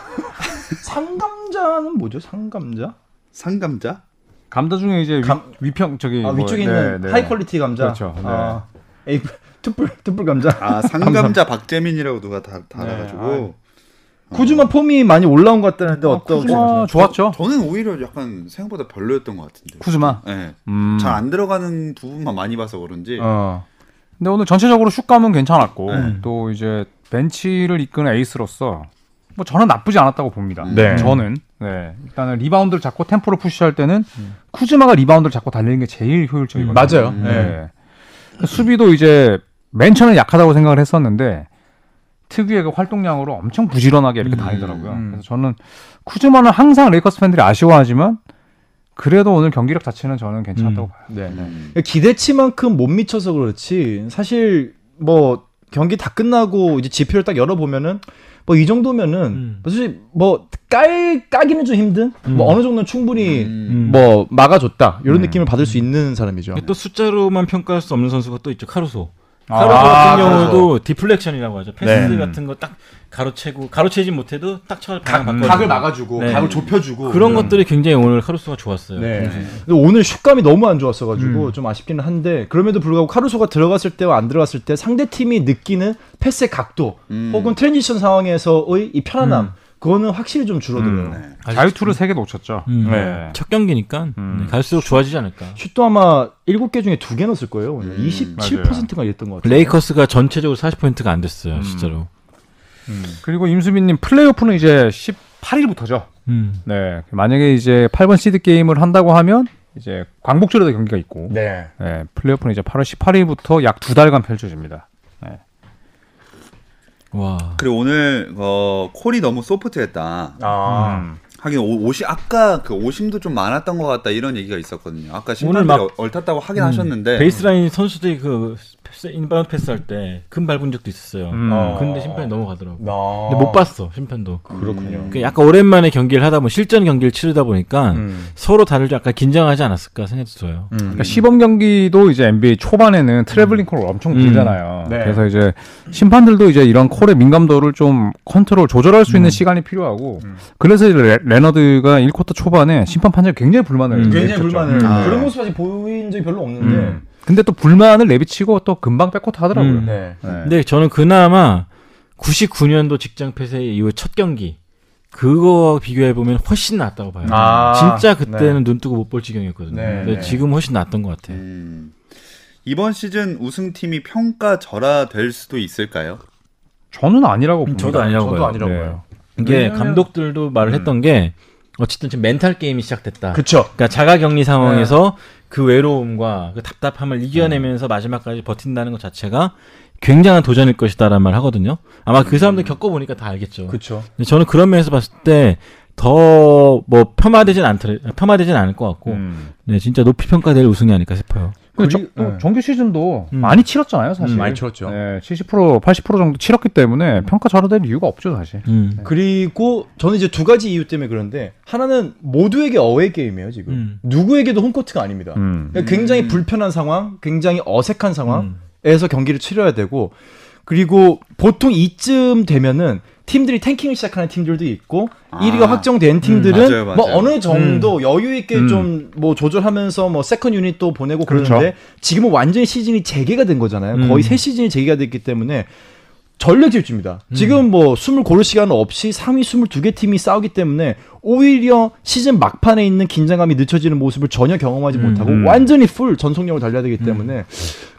Speaker 1: 상감자는 뭐죠 상감자
Speaker 2: 상감자?
Speaker 3: 감자 중에 이제
Speaker 1: 감-
Speaker 3: 위, 평 저기
Speaker 1: 아
Speaker 3: 뭐-
Speaker 1: 위쪽에
Speaker 3: 네,
Speaker 1: 있는
Speaker 3: 네.
Speaker 1: 하이 퀄리티 감자.
Speaker 3: 그렇죠, 네.
Speaker 1: 아, 에이 투뿔 투뿔 감자.
Speaker 2: 아, 상감자 박재민이라고 누가
Speaker 3: 네.
Speaker 2: 다 달아가지고.
Speaker 1: 쿠즈마 폼이 많이 올라온 것 같다는데 어떤?
Speaker 3: 쿠즈마 좋았죠.
Speaker 2: 저는 오히려 약간 생각보다 별로였던 것 같은데.
Speaker 3: 쿠즈마.
Speaker 2: 예.
Speaker 3: 음.
Speaker 2: 잘 안 들어가는 부분만 많이 봐서 그런지.
Speaker 1: 어.
Speaker 3: 근데 오늘 전체적으로 슛감은 괜찮았고 또 이제 벤치를 이끄는 에이스로서 뭐 저는 나쁘지 않았다고 봅니다.
Speaker 1: 네.
Speaker 3: 저는 네. 일단은 리바운드를 잡고 템포를 푸시할 때는 쿠즈마가 리바운드를 잡고 달리는 게 제일 효율적이거든요.
Speaker 1: 맞아요. 네.
Speaker 3: 네. 수비도 이제 맨 처음에 약하다고 생각을 했었는데 특유의 그 활동량으로 엄청 부지런하게 이렇게 다니더라고요.
Speaker 1: 음.
Speaker 3: 그래서 저는 쿠즈마는 항상 레이커스 팬들이 아쉬워하지만 그래도 오늘 경기력 자체는 저는 괜찮았다고 봐요.
Speaker 1: 네.
Speaker 2: 음.
Speaker 1: 기대치만큼 못 미쳐서 그렇지 사실 뭐 경기 다 끝나고 이제 지표를 딱 열어보면은 뭐 이 정도면은
Speaker 4: 음.
Speaker 1: 사실 뭐 깔 까기는 좀 힘든 뭐 어느 정도는 충분히
Speaker 2: 음.
Speaker 4: 음.
Speaker 1: 뭐 막아줬다 이런 느낌을 받을 수 있는 사람이죠.
Speaker 4: 또 숫자로만 평가할 수 없는 선수가 또 있죠. 카루소.
Speaker 3: 아,
Speaker 4: 카루소 같은
Speaker 2: 카루소.
Speaker 4: 경우도 디플렉션이라고 하죠. 패스
Speaker 3: 네.
Speaker 4: 같은 거 딱 가로채고 가로채진 못해도 딱 쳐서 방향 바꿔.
Speaker 1: 각을 막아주고
Speaker 4: 음. 네.
Speaker 1: 각을 좁혀주고
Speaker 4: 그런 것들이 굉장히 오늘 카루소가 좋았어요.
Speaker 1: 네. 근데 오늘 슛감이 너무 안 좋았어가지고 좀 아쉽기는 한데 그럼에도 불구하고 카루소가 들어갔을 때와 안 들어갔을 때 상대 팀이 느끼는 패스의 각도
Speaker 2: 음.
Speaker 1: 혹은 트랜지션 상황에서의 이 편안함 그거는 확실히 좀 줄어들어요.
Speaker 2: 네.
Speaker 3: 자유투를 세 개 놓쳤죠.
Speaker 4: 음.
Speaker 3: 네.
Speaker 4: 첫 경기니까
Speaker 3: 음.
Speaker 4: 네, 갈수록 좋아지지 않을까.
Speaker 1: 슛도 아마 7개 중에 2개 넣었을 거예요. 오늘
Speaker 2: 음,
Speaker 1: 27%가 이랬던 것 같아요.
Speaker 4: 레이커스가 전체적으로 40포인트가 안 됐어요,
Speaker 1: 음.
Speaker 4: 진짜로.
Speaker 3: 그리고 임수빈님 플레이오프는 이제 18일부터죠.
Speaker 4: 음.
Speaker 3: 네. 만약에 이제 8번 시드 게임을 한다고 하면 이제 광복절에도 경기가 있고
Speaker 1: 네.
Speaker 3: 네, 플레이오프는 이제 8월 18일부터 약 두 달간 펼쳐집니다.
Speaker 4: 와.
Speaker 2: 그리고 오늘 어, 콜이 너무 소프트했다.
Speaker 1: 아.
Speaker 3: 음.
Speaker 2: 하긴 오, 오시 아까 그 오심도 좀 많았던 것 같다 이런 얘기가 있었거든요. 아까 심판들이
Speaker 4: 오늘 막-
Speaker 2: 얼- 얼탔다고 하긴
Speaker 1: 네.
Speaker 2: 하셨는데
Speaker 4: 베이스라인 선수들이 그 패스, 인바운드 패스할 때 금발본 적도 있었어요.
Speaker 3: 음.
Speaker 1: 어.
Speaker 4: 근데 심판이 넘어가더라고.
Speaker 1: 아.
Speaker 4: 근데 못 봤어 심판도.
Speaker 1: 그렇군요.
Speaker 4: 그 약간 오랜만에 경기를 하다 보면 실전 경기를 치르다 보니까
Speaker 1: 음.
Speaker 4: 서로 다들 약간 긴장하지 않았을까 생각도 들어요.
Speaker 3: 그러니까 시범 경기도 이제 NBA 초반에는 트래블링 콜을 엄청
Speaker 4: 음.
Speaker 3: 부르잖아요.
Speaker 1: 네.
Speaker 3: 그래서 이제 심판들도 이제 이런 콜의 민감도를 좀 컨트롤 조절할 수 있는 시간이 필요하고
Speaker 1: 음.
Speaker 3: 그래서 이제 레- 레너드가 1쿼터 초반에 심판 판정에 굉장히 불만을
Speaker 4: 음.
Speaker 1: 굉장히
Speaker 3: 내비쳤죠.
Speaker 1: 불만을
Speaker 2: 아.
Speaker 1: 그런 모습 아직 보인 적이 별로 없는데
Speaker 3: 그렇죠. 음. 근데 또 불만을 내비치고 또 금방 백코트 하더라고요.
Speaker 4: 음.
Speaker 1: 네.
Speaker 2: 네.
Speaker 4: 근데 저는 그나마 99년도 직장 폐쇄 이후 첫 경기 그거 비교해 보면 훨씬 낫다고 봐요.
Speaker 1: 아,
Speaker 4: 진짜 그때는 눈 뜨고 못 볼 지경이었거든요.
Speaker 1: 네,
Speaker 4: 근데
Speaker 1: 네.
Speaker 4: 지금 훨씬 낫던 것 같아요.
Speaker 2: 음. 이번 시즌 우승팀이 평가절하될 수도 있을까요?
Speaker 3: 저는 아니라고
Speaker 4: 음,
Speaker 3: 봅니다.
Speaker 4: 저도 아니라고
Speaker 1: 그러니까 저도
Speaker 4: 봐요.
Speaker 1: 아니라고
Speaker 3: 네.
Speaker 1: 봐요.
Speaker 4: 이게
Speaker 3: 왜냐면-
Speaker 4: 감독들도 말을 했던 게 어쨌든 지금 멘탈 게임이 시작됐다. 그... 러
Speaker 1: 음. 그쵸. 네.
Speaker 4: 니까 자가격리 상황에서 그 외로움과 그
Speaker 1: 음.
Speaker 4: 답답함을 이겨내면서 마지막까지 버틴다는 것 자체가 굉장한 도전일 것이다라는 말 하거든요. 아마 그 사람들 겪어보니까 다 알겠죠.
Speaker 1: 음. 그쵸.
Speaker 4: 근데 저는 그런 면에서 봤을 때 더 뭐 폄하되진 않더 폄하되진 않을 것 같고
Speaker 3: 음.
Speaker 4: 네 진짜 높이 평가될 우승이 아닐까 싶어요.
Speaker 3: 근데
Speaker 1: 그리-
Speaker 3: 저- 또
Speaker 1: 네.
Speaker 3: 정규 시즌도
Speaker 4: 음.
Speaker 3: 많이 치렀잖아요, 사실.
Speaker 1: 많이 치렀죠.
Speaker 3: 네, 70% 80% 정도 치렀기 때문에 평가 절하될 이유가 없죠, 사실.
Speaker 4: 음.
Speaker 1: 그리고 저는 이제 두 가지 이유 때문에 그런데 하나는 모두에게 어웨이 게임이에요 지금
Speaker 4: 음.
Speaker 1: 누구에게도 홈코트가 아닙니다.
Speaker 3: 음.
Speaker 1: 그러니까 굉장히 불편한 상황, 굉장히 어색한 상황에서
Speaker 2: 음.
Speaker 1: 경기를 치러야 되고 그리고 보통 이쯤 되면은 팀들이 탱킹을 시작하는 팀들도 있고
Speaker 2: 아.
Speaker 1: 1위가 확정된 팀들은
Speaker 2: 맞아요, 음. 맞아요.
Speaker 1: 뭐 어느 정도 여유 있게 좀 뭐 조절하면서 뭐 세컨 유닛 도 보내고 그러는데
Speaker 3: 그렇죠.
Speaker 1: 지금은 완전히 시즌이 재개가 된 거잖아요.
Speaker 4: 음.
Speaker 1: 거의 새 시즌이 재개가 됐기 때문에 전력 질주입니다.
Speaker 4: 음.
Speaker 1: 지금 뭐 숨을 고를 시간 없이 3위 22개 팀이 싸우기 때문에 오히려 시즌 막판에 있는 긴장감이 늦춰지는 모습을 전혀 경험하지
Speaker 4: 음.
Speaker 1: 못하고 완전히 풀 전속력을 달려야 되기 때문에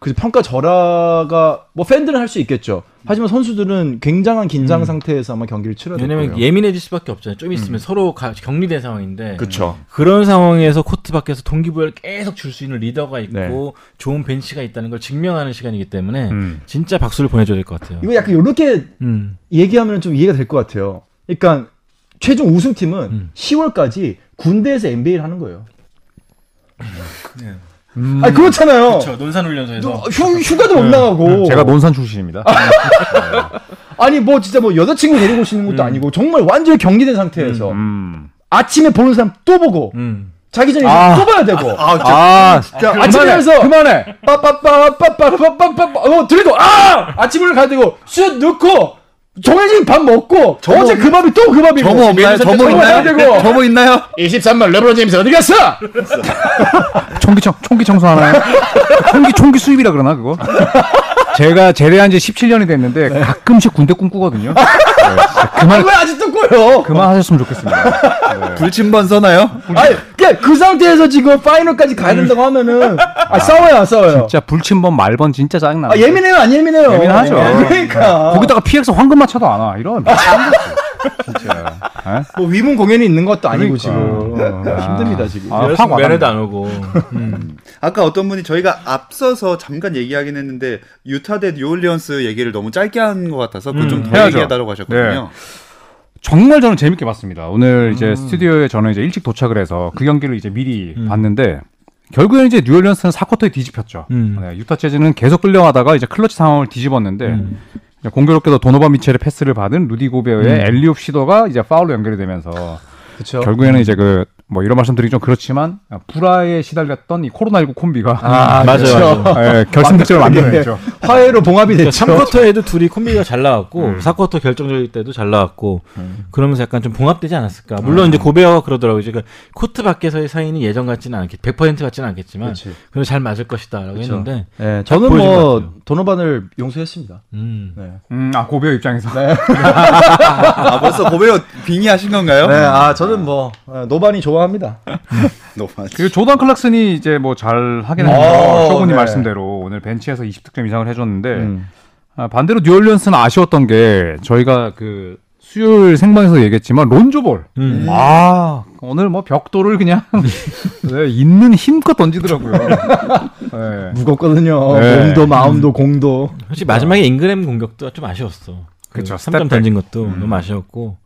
Speaker 1: 그래서 평가 절하가 뭐 팬들은 할 수 있겠죠. 하지만 선수들은 굉장한 긴장 상태에서 아마 경기를
Speaker 3: 음.
Speaker 1: 치러야 될
Speaker 4: 음. 왜냐면
Speaker 1: 거예요.
Speaker 4: 예민해질 수밖에 없잖아요. 좀 있으면 서로 가- 격리된 상황인데
Speaker 1: 그렇죠.
Speaker 4: 그런 상황에서 코트 밖에서 동기부여를 계속 줄 수 있는 리더가 있고
Speaker 1: 네.
Speaker 4: 좋은 벤치가 있다는 걸 증명하는 시간이기 때문에
Speaker 3: 음.
Speaker 4: 진짜 박수를 보내줘야 될 것 같아요.
Speaker 1: 이거 약간 이렇게
Speaker 4: 음.
Speaker 1: 얘기하면 좀 이해가 될 것 같아요. 그러니까 최종 우승팀은
Speaker 4: 음.
Speaker 1: 10월까지 군대에서 NBA를 하는 거예요.
Speaker 3: 음.
Speaker 1: 아 그렇잖아요.
Speaker 4: 논산훈련소에서
Speaker 1: 누- 휴, 휴가도 못 나가고
Speaker 3: 음. 네, 제가 뭐 논산 출신입니다.
Speaker 1: 아니 뭐 진짜 뭐 여자친구 데리고 오시는 것도 아니고 정말 완전히 격리된 상태에서
Speaker 3: 음.
Speaker 1: 아침에 보는 사람 또 보고
Speaker 4: 음.
Speaker 1: 자기 전에
Speaker 3: 아.
Speaker 1: 또 봐야 되고
Speaker 3: 아, 진짜
Speaker 1: 아, 침에
Speaker 3: 그만해,
Speaker 1: 해서
Speaker 3: 그만해.
Speaker 1: 빠빠빠빠빠빠빠빠빠 어 들고 아 아침을 가야 되고 슛 넣고 정해진 밥 먹고 어제 그 밥이 또 그 밥이고
Speaker 2: 점호 없나요?
Speaker 1: 점호
Speaker 2: 점호
Speaker 1: 가야
Speaker 2: 있나요?
Speaker 1: 되고
Speaker 2: 점호 있나요?
Speaker 1: 23만 르브론 제임스 어디 갔어?
Speaker 3: 총기청 총기 청소하나요? 총기 총기 수입이라 그러나 그거? 제가 제대한 지 17년이 됐는데
Speaker 1: 네.
Speaker 3: 가끔씩 군대 꿈꾸거든요. 네, 진짜
Speaker 1: 아,
Speaker 3: 그만
Speaker 1: 왜 아직도 꼬여?
Speaker 3: 그만하셨으면 좋겠습니다.
Speaker 2: 불침번 써나요?
Speaker 1: 아니 그냥 그 상태에서 지금 파이널까지 가야 된다고 하면은 아 싸워요 안 싸워요?
Speaker 3: 진짜 불침번 말번 진짜 짜증나.
Speaker 1: 아 예민해요 안 예민해요?
Speaker 3: 예민하죠.
Speaker 1: 그러니까
Speaker 3: 거기다가 PX 황금 맞춰도 안 와. 이런 미친 거지. 진짜. 아,
Speaker 1: 뭐 위문 공연이 있는 것도 아니고 지금
Speaker 3: 아.
Speaker 1: 힘듭니다 지금.
Speaker 3: 아,
Speaker 4: 여자친구
Speaker 3: 확 와닿네.
Speaker 4: 면회도 안 오고 음.
Speaker 2: 아까 어떤 분이 저희가 앞서서 잠깐 얘기하긴 했는데 유타 대 뉴올리언스 얘기를 너무 짧게 한 것 같아서 그거 좀 더
Speaker 3: 해야죠.
Speaker 2: 음, 얘기해달라고 하셨거든요.
Speaker 3: 정말 저는 재밌게 봤습니다. 오늘
Speaker 4: 음.
Speaker 3: 이제 스튜디오에 저는 이제 일찍 도착을 해서 그 경기를 이제 미리 봤는데 결국엔 이제 뉴올리언스는 4쿼터에 뒤집혔죠.
Speaker 4: 음.
Speaker 3: 네, 유타 재즈는 계속 끌려가다가 이제 클러치 상황을 뒤집었는데
Speaker 4: 음.
Speaker 3: 이제 공교롭게도 도노반 미첼의 패스를 받은 루디 고베어의
Speaker 4: 음.
Speaker 3: 엘리옵 시도가 이제 파울로 연결이 되면서
Speaker 1: 그렇죠.
Speaker 4: 음.
Speaker 3: 결국에는 이제 그 뭐 이런 말씀드리기 좀 그렇지만 불화에 시달렸던 이 코로나19 콤비가
Speaker 4: 맞아요. 예. 맞아요.
Speaker 3: 예, 결승 득점을 만들어냈죠.
Speaker 1: 화해로 봉합이
Speaker 4: 그러니까
Speaker 1: 됐죠. 음.
Speaker 4: 3쿼터에도 둘이 콤비가 잘 나왔고 사 4쿼터 결정적일 때도 잘 나왔고 그러면서 약간 좀 봉합되지 않았을까.
Speaker 1: 음.
Speaker 4: 물론 이제 고베어가 그러더라고요. 이제 그 코트 밖에서의 사이는 예전 같지는 않겠, 100% 같지는 않겠지만
Speaker 1: 그치.
Speaker 4: 그래도 잘 맞을 것이다라고
Speaker 1: 그쵸.
Speaker 4: 했는데
Speaker 1: 예, 저는
Speaker 4: 보여준 것
Speaker 1: 뭐
Speaker 4: 같아요.
Speaker 1: 도노반을 용서했습니다.
Speaker 4: 음.
Speaker 1: 네.
Speaker 3: 음, 아 고베어 입장에서
Speaker 2: 아 벌써 고베어 빙의하신 건가요?
Speaker 1: 네, 아 저는 뭐 아, 노반이 좋아합니다.
Speaker 2: 너무 많-
Speaker 3: 그리고 조던 클락슨이 이제 뭐 잘 하긴
Speaker 1: 어,
Speaker 3: 했는데 쇼군이
Speaker 1: 네.
Speaker 3: 말씀대로 오늘 벤치에서 20득점 이상을 해줬는데
Speaker 1: 음.
Speaker 3: 아, 반대로 뉴올리언스는 아쉬웠던 게 저희가 그 수요일 생방에서 얘기했지만 론조볼
Speaker 4: 음.
Speaker 3: 아 오늘 뭐 벽돌을 그냥 네, 있는 힘껏 던지더라고요. 네.
Speaker 1: 무겁거든요.
Speaker 3: 네.
Speaker 1: 몸도 마음도 공도.
Speaker 4: 솔직히 마지막에 잉그램 공격도 좀 아쉬웠어.
Speaker 3: 그쵸,
Speaker 1: 그렇죠.
Speaker 4: 3점
Speaker 3: 스텝백.
Speaker 4: 던진 것도
Speaker 1: 음.
Speaker 4: 너무 아쉬웠고.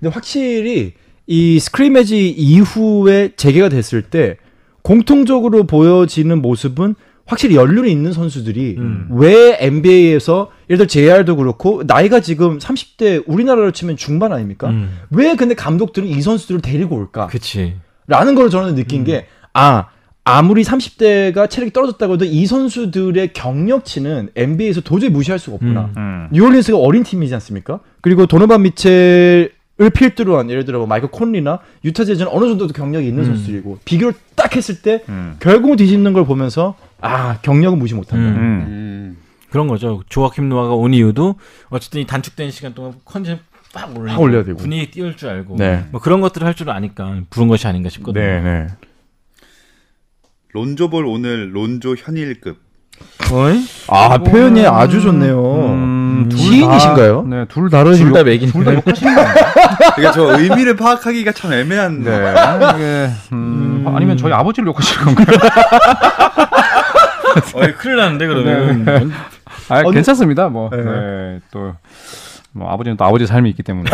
Speaker 1: 근데 확실히 이 스크리매지 이후에 재개가 됐을 때 공통적으로 보여지는 모습은 확실히 연륜이 있는 선수들이 왜 NBA에서 예를 들어 JR도 그렇고 나이가 지금 30대 우리나라로 치면 중반 아닙니까?
Speaker 4: 음.
Speaker 1: 왜 근데 감독들은 이 선수들을 데리고 올까?
Speaker 4: 그치.
Speaker 1: 라는 걸 저는 느낀
Speaker 4: 음.
Speaker 1: 게, 아, 아무리 30대가 체력이 떨어졌다고 해도 이 선수들의 경력치는 NBA에서 도저히 무시할 수가 없구나.
Speaker 4: 음.
Speaker 3: 음.
Speaker 1: 뉴올린스가 어린 팀이지 않습니까? 그리고 도노반 미첼을 필두로 한 예를 들어 뭐 마이클 콘리나 유타 제즈는 어느 정도 경력이
Speaker 4: 음.
Speaker 1: 있는 선수들이고 비교를 딱 했을 때
Speaker 3: 음.
Speaker 1: 결국은 뒤집는 걸 보면서 아 경력은 무시 못한다.
Speaker 4: 음.
Speaker 3: 음.
Speaker 2: 음.
Speaker 4: 그런 거죠. 조아킴 노아가 온 이유도 어쨌든 이 단축된 시간 동안 컨디션 빡 올리고
Speaker 1: 팍 올려야 되고.
Speaker 4: 분위기 띄울 줄 알고
Speaker 1: 네.
Speaker 4: 뭐 그런 것들을 할 줄 아니까 부른 것이 아닌가 싶거든요.
Speaker 1: 네, 네.
Speaker 2: 론조볼 오늘 론조 현일급.
Speaker 4: 어이?
Speaker 1: 아, 표현이 아주 좋네요. 음, 시인이신가요?
Speaker 3: 네, 둘 다른
Speaker 4: 둘다 맥이네.
Speaker 3: 둘다
Speaker 1: 뭐-
Speaker 3: 욕하시는 거예요.
Speaker 2: 그러니까 저 의미를 파악하기가 참 애매한.
Speaker 3: 네. 아, 이게, 음, 아니면 저희 아버지를 욕하시는 건가요?
Speaker 4: 어이 큰일 났는데
Speaker 1: 네.
Speaker 4: 그러면
Speaker 3: 아,
Speaker 1: 어느-
Speaker 3: 괜찮습니다. 뭐.
Speaker 1: 네.
Speaker 3: 네. 또. 뭐 아버지는 또 아버지 삶이 있기 때문에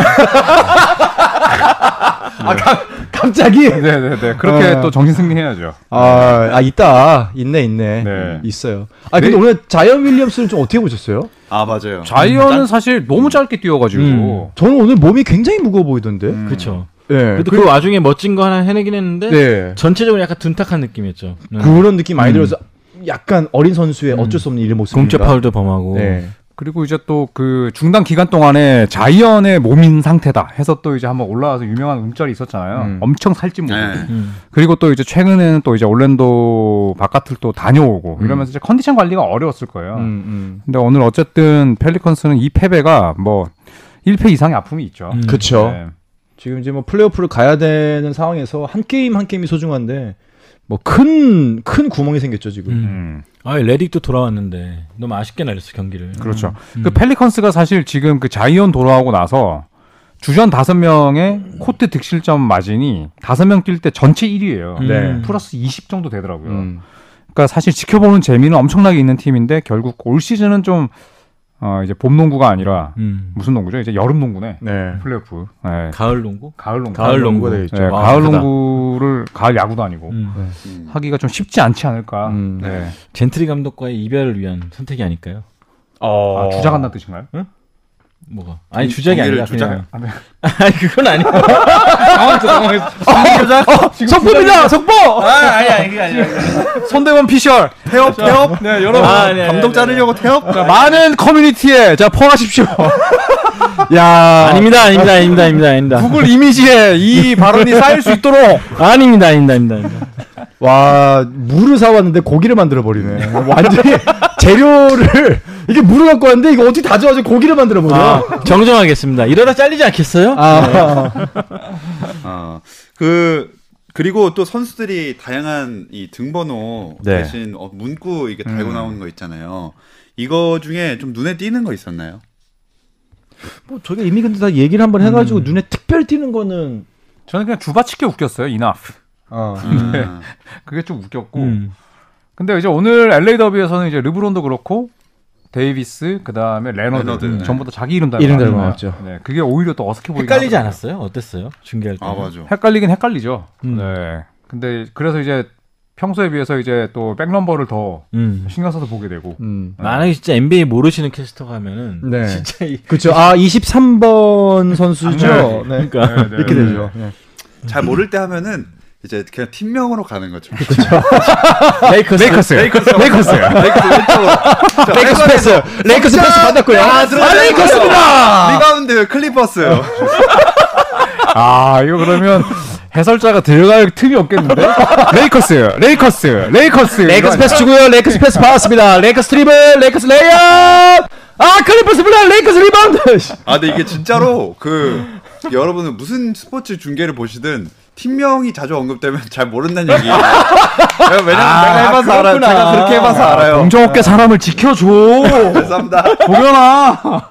Speaker 1: 갑자기
Speaker 3: 네네네 그렇게
Speaker 1: 어.
Speaker 3: 또 정신 승리해야죠.
Speaker 1: 아, 아 있다. 있네, 있네.
Speaker 3: 네.
Speaker 1: 있어요. 아, 근데 오늘 자이언 윌리엄스는 좀 어떻게 보셨어요?
Speaker 2: 아 맞아요.
Speaker 1: 음,
Speaker 3: 자이언은 사실 너무 짧게 뛰어가지고
Speaker 4: 음.
Speaker 1: 저는 오늘 몸이 굉장히 무거워 보이던데.
Speaker 4: 그렇죠.
Speaker 1: 예.
Speaker 4: 그래도 그 와중에 멋진 거 하나 해내긴 했는데
Speaker 1: 네.
Speaker 4: 전체적으로 약간 둔탁한 느낌이었죠. 음.
Speaker 1: 그런 느낌 많이 들어서 약간 어린 선수의 어쩔 수 없는 일의 모습.
Speaker 4: 공짜 파울도 범하고
Speaker 1: 네.
Speaker 3: 그리고 이제 또 그 중단 기간 동안에 자이언의 몸인 상태다 해서 또 이제 한번 올라와서 유명한 음절이 있었잖아요.
Speaker 1: 음.
Speaker 3: 엄청 살찐 몸.
Speaker 2: 네.
Speaker 4: 음.
Speaker 3: 그리고 또 이제 최근에는 또 이제 올랜도 바깥을 또 다녀오고 이러면서 이제 컨디션 관리가 어려웠을 거예요.
Speaker 1: 음, 음.
Speaker 3: 근데 오늘 어쨌든 펠리컨스는 이 패배가 뭐 1패 이상의 아픔이 있죠.
Speaker 4: 음.
Speaker 1: 그렇죠.
Speaker 3: 네.
Speaker 1: 지금 이제 뭐 플레이오프를 가야 되는 상황에서 한 게임 한 게임이 소중한데 뭐 큰 큰 구멍이 생겼죠 지금.
Speaker 4: 음.
Speaker 3: 음,
Speaker 4: 아, 레딕도 돌아왔는데 너무 아쉽게 날렸어 경기를.
Speaker 3: 그렇죠.
Speaker 4: 음.
Speaker 3: 그 펠리컨스가 사실 지금 그 자이언 돌아오고 나서 주전 다섯 명의 코트 득실점 마진이 다섯 명 뛸 때 전체 1위예요.
Speaker 1: 네.
Speaker 3: 플러스 20 정도 되더라고요.
Speaker 1: 음.
Speaker 3: 그러니까 사실 지켜보는 재미는 엄청나게 있는 팀인데 결국 올 시즌은 좀 어, 이제 봄 농구가 아니라
Speaker 4: 음.
Speaker 3: 무슨 농구죠? 이제 여름 농구네.
Speaker 1: 네.
Speaker 3: 플레이오프. 네.
Speaker 4: 가을 농구?
Speaker 3: 가을 농구.
Speaker 4: 가을 농구.
Speaker 1: 농구가 되겠죠.
Speaker 3: 네,
Speaker 4: 와,
Speaker 3: 가을
Speaker 4: 크다.
Speaker 3: 농구를 가을 야구도 아니고
Speaker 4: 음.
Speaker 2: 음.
Speaker 3: 하기가 좀 쉽지 않지 않을까.
Speaker 1: 음.
Speaker 3: 네.
Speaker 4: 젠트리 감독과의 이별을 위한 선택이 아닐까요?
Speaker 1: 어.
Speaker 3: 아, 주작한다는 뜻인가요?
Speaker 4: 뭐가? 아니 주작이
Speaker 2: 경기를
Speaker 4: 아니라 그냥.
Speaker 3: 아, 네.
Speaker 4: 아니 그건 아니고.
Speaker 3: 당황했어, 당황했어.
Speaker 1: 속보입니다. 속보.
Speaker 3: 손대원 피셜.
Speaker 2: 태업 태업.
Speaker 3: 네,
Speaker 2: 여러분
Speaker 4: 아, 아니, 아니,
Speaker 2: 감독
Speaker 4: 아니,
Speaker 2: 자르려고 태업.
Speaker 3: 자, 많은 커뮤니티에 자 포함하십시오.
Speaker 1: 야.
Speaker 4: 아닙니다, 아닙니다, 아닙니다, 아닙니다, 아닙니다.
Speaker 3: 구글 이미지에 이 발언이 쌓일 수 있도록.
Speaker 4: 아닙니다, 아닙니다, 아닙니다. 아닙니다.
Speaker 1: 와 물을 사왔는데 고기를 만들어 버리네. 완전히 재료를 이게 물을 갖고 왔는데 이거 어떻게 다져가지고 고기를 만들어 버려?
Speaker 4: 아, 정정하겠습니다. 이러다 잘리지 않겠어요?
Speaker 1: 아.
Speaker 2: 아, 그 그리고 또 선수들이 다양한 이 등번호
Speaker 1: 네.
Speaker 2: 대신 어, 문구 이게 달고 나오는 거 있잖아요. 이거 중에 좀 눈에 띄는 거 있었나요?
Speaker 1: 뭐 저게 이미 근데 다 얘기를 한번 해가지고 눈에 특별 띄는 거는.
Speaker 3: 저는 그냥 주바치게 웃겼어요. 이나.
Speaker 1: 어.
Speaker 2: 아,
Speaker 3: 그게 좀 웃겼고.
Speaker 4: 음.
Speaker 3: 근데 이제 오늘 LA 더비에서는 이제 르브론도 그렇고 데이비스 그다음에 레너드,
Speaker 2: 레너드, 네.
Speaker 3: 전부 다 자기 이름 달고
Speaker 1: 이름 달고
Speaker 3: 나왔잖아요.
Speaker 1: 나왔죠.
Speaker 3: 네, 그게 오히려 또 어색해 보이긴
Speaker 4: 헷갈리지
Speaker 3: 하더라고요.
Speaker 4: 않았어요? 어땠어요? 중계할 때.
Speaker 2: 아 맞아.
Speaker 3: 헷갈리긴 헷갈리죠.
Speaker 4: 음.
Speaker 3: 네. 근데 그래서 이제 평소에 비해서 이제 또 백넘버를 더
Speaker 4: 음.
Speaker 3: 신경 써서 보게 되고.
Speaker 1: 음.
Speaker 4: 만약에 진짜 NBA 모르시는 캐스터가 하면은
Speaker 1: 네.
Speaker 4: 진짜 이
Speaker 1: 그렇죠. 아 23번 선수죠. 네.
Speaker 3: 네,
Speaker 4: 그러니까
Speaker 3: 네,
Speaker 1: 이렇게
Speaker 3: 네.
Speaker 1: 되죠. 네.
Speaker 2: 잘 모를 때 하면은 이제 그냥 팀명으로 가는 거죠.
Speaker 1: 레이커스. 레이커스. 레이커스. 레이커스. 레이커스 패스. 레이커스 패스 받았고요. 아, 레이커스입니다.
Speaker 2: 리바운드 클리퍼스요.
Speaker 3: 아, 이거 그러면 해설자가 들어갈 틈이 없겠는데? 레이커스, 레이커스, 레이커스.
Speaker 1: 레이커스
Speaker 3: 이거
Speaker 1: 패스 주고요. 레이커스 패스 받았습니다. 레이커스 드리블. 레이커스 레이업. 아, 클리퍼스입니다. 레이커스 리바운드. 씨.
Speaker 2: 아, 근데 이게 진짜로 그 여러분은 무슨 스포츠 중계를 보시든 팀명이 자주 언급되면 잘 모른다는 얘기예요. 왜냐면 내가 해봐서 아, 알아요. 제가 그렇게 해봐서
Speaker 3: 아니야.
Speaker 2: 알아요. 네.
Speaker 3: 공정업계 사람을 지켜줘.
Speaker 2: 감사합니다.
Speaker 3: 보려나.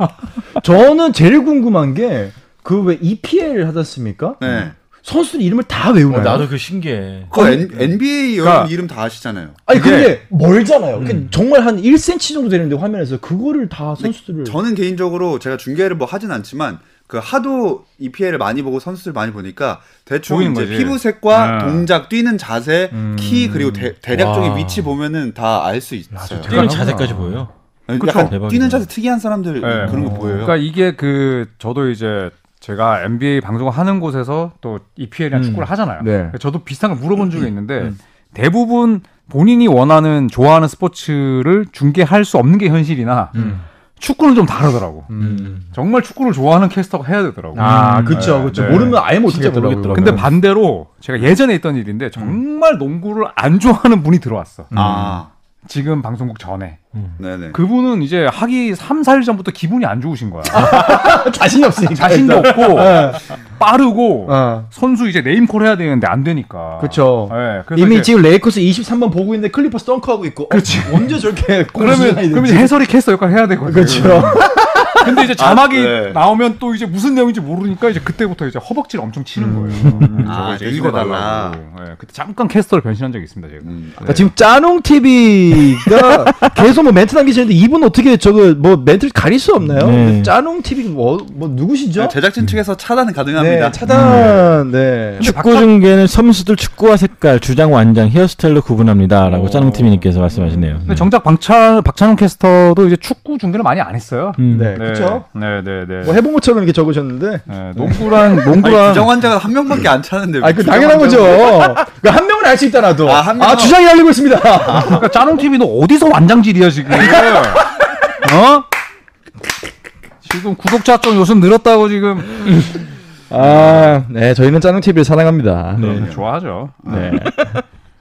Speaker 1: 저는 제일 궁금한 게 그 왜 EPL 하셨습니까?
Speaker 2: 네.
Speaker 1: 선수들 이름을 다 외우나요?
Speaker 4: 어, 나도 그 신기해.
Speaker 2: 그 N, NBA 여러분
Speaker 3: 그러니까-
Speaker 2: 이름 다 아시잖아요.
Speaker 1: 아니 그게 멀잖아요.
Speaker 3: 음.
Speaker 1: 그러니까 정말 한 1cm 정도 되는데 화면에서 그거를 다 선수들을
Speaker 2: 저는 개인적으로 제가 중계를 뭐 하진 않지만 그 하도 EPL을 많이 보고 선수들 많이 보니까 대충 이제
Speaker 3: 보이는 거지.
Speaker 2: 피부색과
Speaker 3: 네.
Speaker 2: 동작, 뛰는 자세, 키 그리고 대, 대략적인
Speaker 4: 와.
Speaker 2: 위치 보면은 다 알 수 있어요.
Speaker 4: 뛰는
Speaker 3: 대단하구나.
Speaker 4: 자세까지 보여요.
Speaker 2: 아니,
Speaker 3: 그쵸. 네.
Speaker 2: 약간
Speaker 4: 대박이다.
Speaker 2: 뛰는 자세 특이한 사람들 그런 거 보여요.
Speaker 3: 그러니까 이게 그 저도 이제 제가 NBA 방송을 하는 곳에서 또 EPL이랑
Speaker 4: 음.
Speaker 3: 축구를 하잖아요.
Speaker 1: 네. 음.
Speaker 3: 저도 비슷한 걸 물어본 적이 있는데 대부분 본인이 원하는 좋아하는 스포츠를 중계할 수 없는 게 현실이나
Speaker 1: 음.
Speaker 3: 축구는 좀 다르더라고. 정말 축구를 좋아하는 캐스터가 해야 되더라고.
Speaker 1: 아, 그쵸, 그쵸.
Speaker 3: 음. 네.
Speaker 1: 모르면 아예 못
Speaker 4: 진짜
Speaker 1: 하겠더라고요. 음.
Speaker 4: 모르겠더라고요.
Speaker 3: 근데 반대로 제가 예전에 있던 일인데 정말 농구를 안 좋아하는 분이 들어왔어.
Speaker 2: 아,
Speaker 3: 지금 방송국 전에
Speaker 2: 네네.
Speaker 3: 그분은 이제 하기 3, 4일 전부터 기분이 안 좋으신 거야.
Speaker 1: 자신이 없으니까.
Speaker 3: 자신도
Speaker 1: 일단.
Speaker 3: 없고 빠르고
Speaker 1: 네. 어.
Speaker 3: 선수 이제 네임콜 해야 되는데 안 되니까.
Speaker 1: 그쵸.
Speaker 3: 예, 그래서
Speaker 1: 이미
Speaker 3: 이제
Speaker 1: 지금 레이커스 23번 보고 있는데 클리퍼스 덩크하고 있고. 어, 언제 저렇게
Speaker 3: 그러면 그러면 이제 해설이 캐스터 역할 해야 되거든.
Speaker 1: 그렇죠.
Speaker 3: 근데 이제 자막이
Speaker 2: 아, 네.
Speaker 3: 나오면 또 이제 무슨 내용인지 모르니까 이제 그때부터 이제 허벅지를 엄청
Speaker 1: 음.
Speaker 3: 치는 거예요. 음, 저거
Speaker 2: 아,
Speaker 3: 이제
Speaker 2: 대충
Speaker 3: 읽어달라. 예, 그때 잠깐 캐스터를 변신한 적이 있습니다. 제가.
Speaker 2: 음,
Speaker 1: 아, 지금 짜농 TV가 계속 뭐 멘트 남기시는데 이분 어떻게 저거 뭐 멘트를 가릴 수 없나요?
Speaker 4: 네.
Speaker 1: 짜농 TV 뭐, 뭐 누구시죠?
Speaker 2: 네, 제작진 측에서 차단 가능합니다. 음.
Speaker 1: 네, 차단. 네.
Speaker 4: 축구 중계는 선수들 축구화 색깔, 주장 완장, 헤어스타일로 구분합니다라고
Speaker 3: 어.
Speaker 4: 짜농 TV님께서 말씀하시네요.
Speaker 3: 근데 정작 방찬 박찬웅 캐스터도 이제 축구 중계를 많이 안 했어요.
Speaker 4: 음.
Speaker 1: 네, 그렇죠.
Speaker 3: 네, 네, 네.
Speaker 1: 뭐 해본 것처럼 이렇게 적으셨는데.
Speaker 3: 네, 농구란
Speaker 2: 아니,
Speaker 3: 농구란
Speaker 2: 부정 환자가 한 명밖에 안 차는데.
Speaker 1: 아, 그 당연한 거죠. 그한 명은 아. 알 수 있다 나도.
Speaker 2: 아,
Speaker 1: 아,
Speaker 2: 한 명은-
Speaker 1: 주장이 날리고 있습니다.
Speaker 3: 그러니까 짜롱 TV도 어디서 완장질이야 지금? 어? 지금 구독자 좀 요즘 늘었다고 지금.
Speaker 1: 아, 네, 저희는 짜농 TV를 사랑합니다. 네.
Speaker 3: 좋아하죠.
Speaker 1: 네.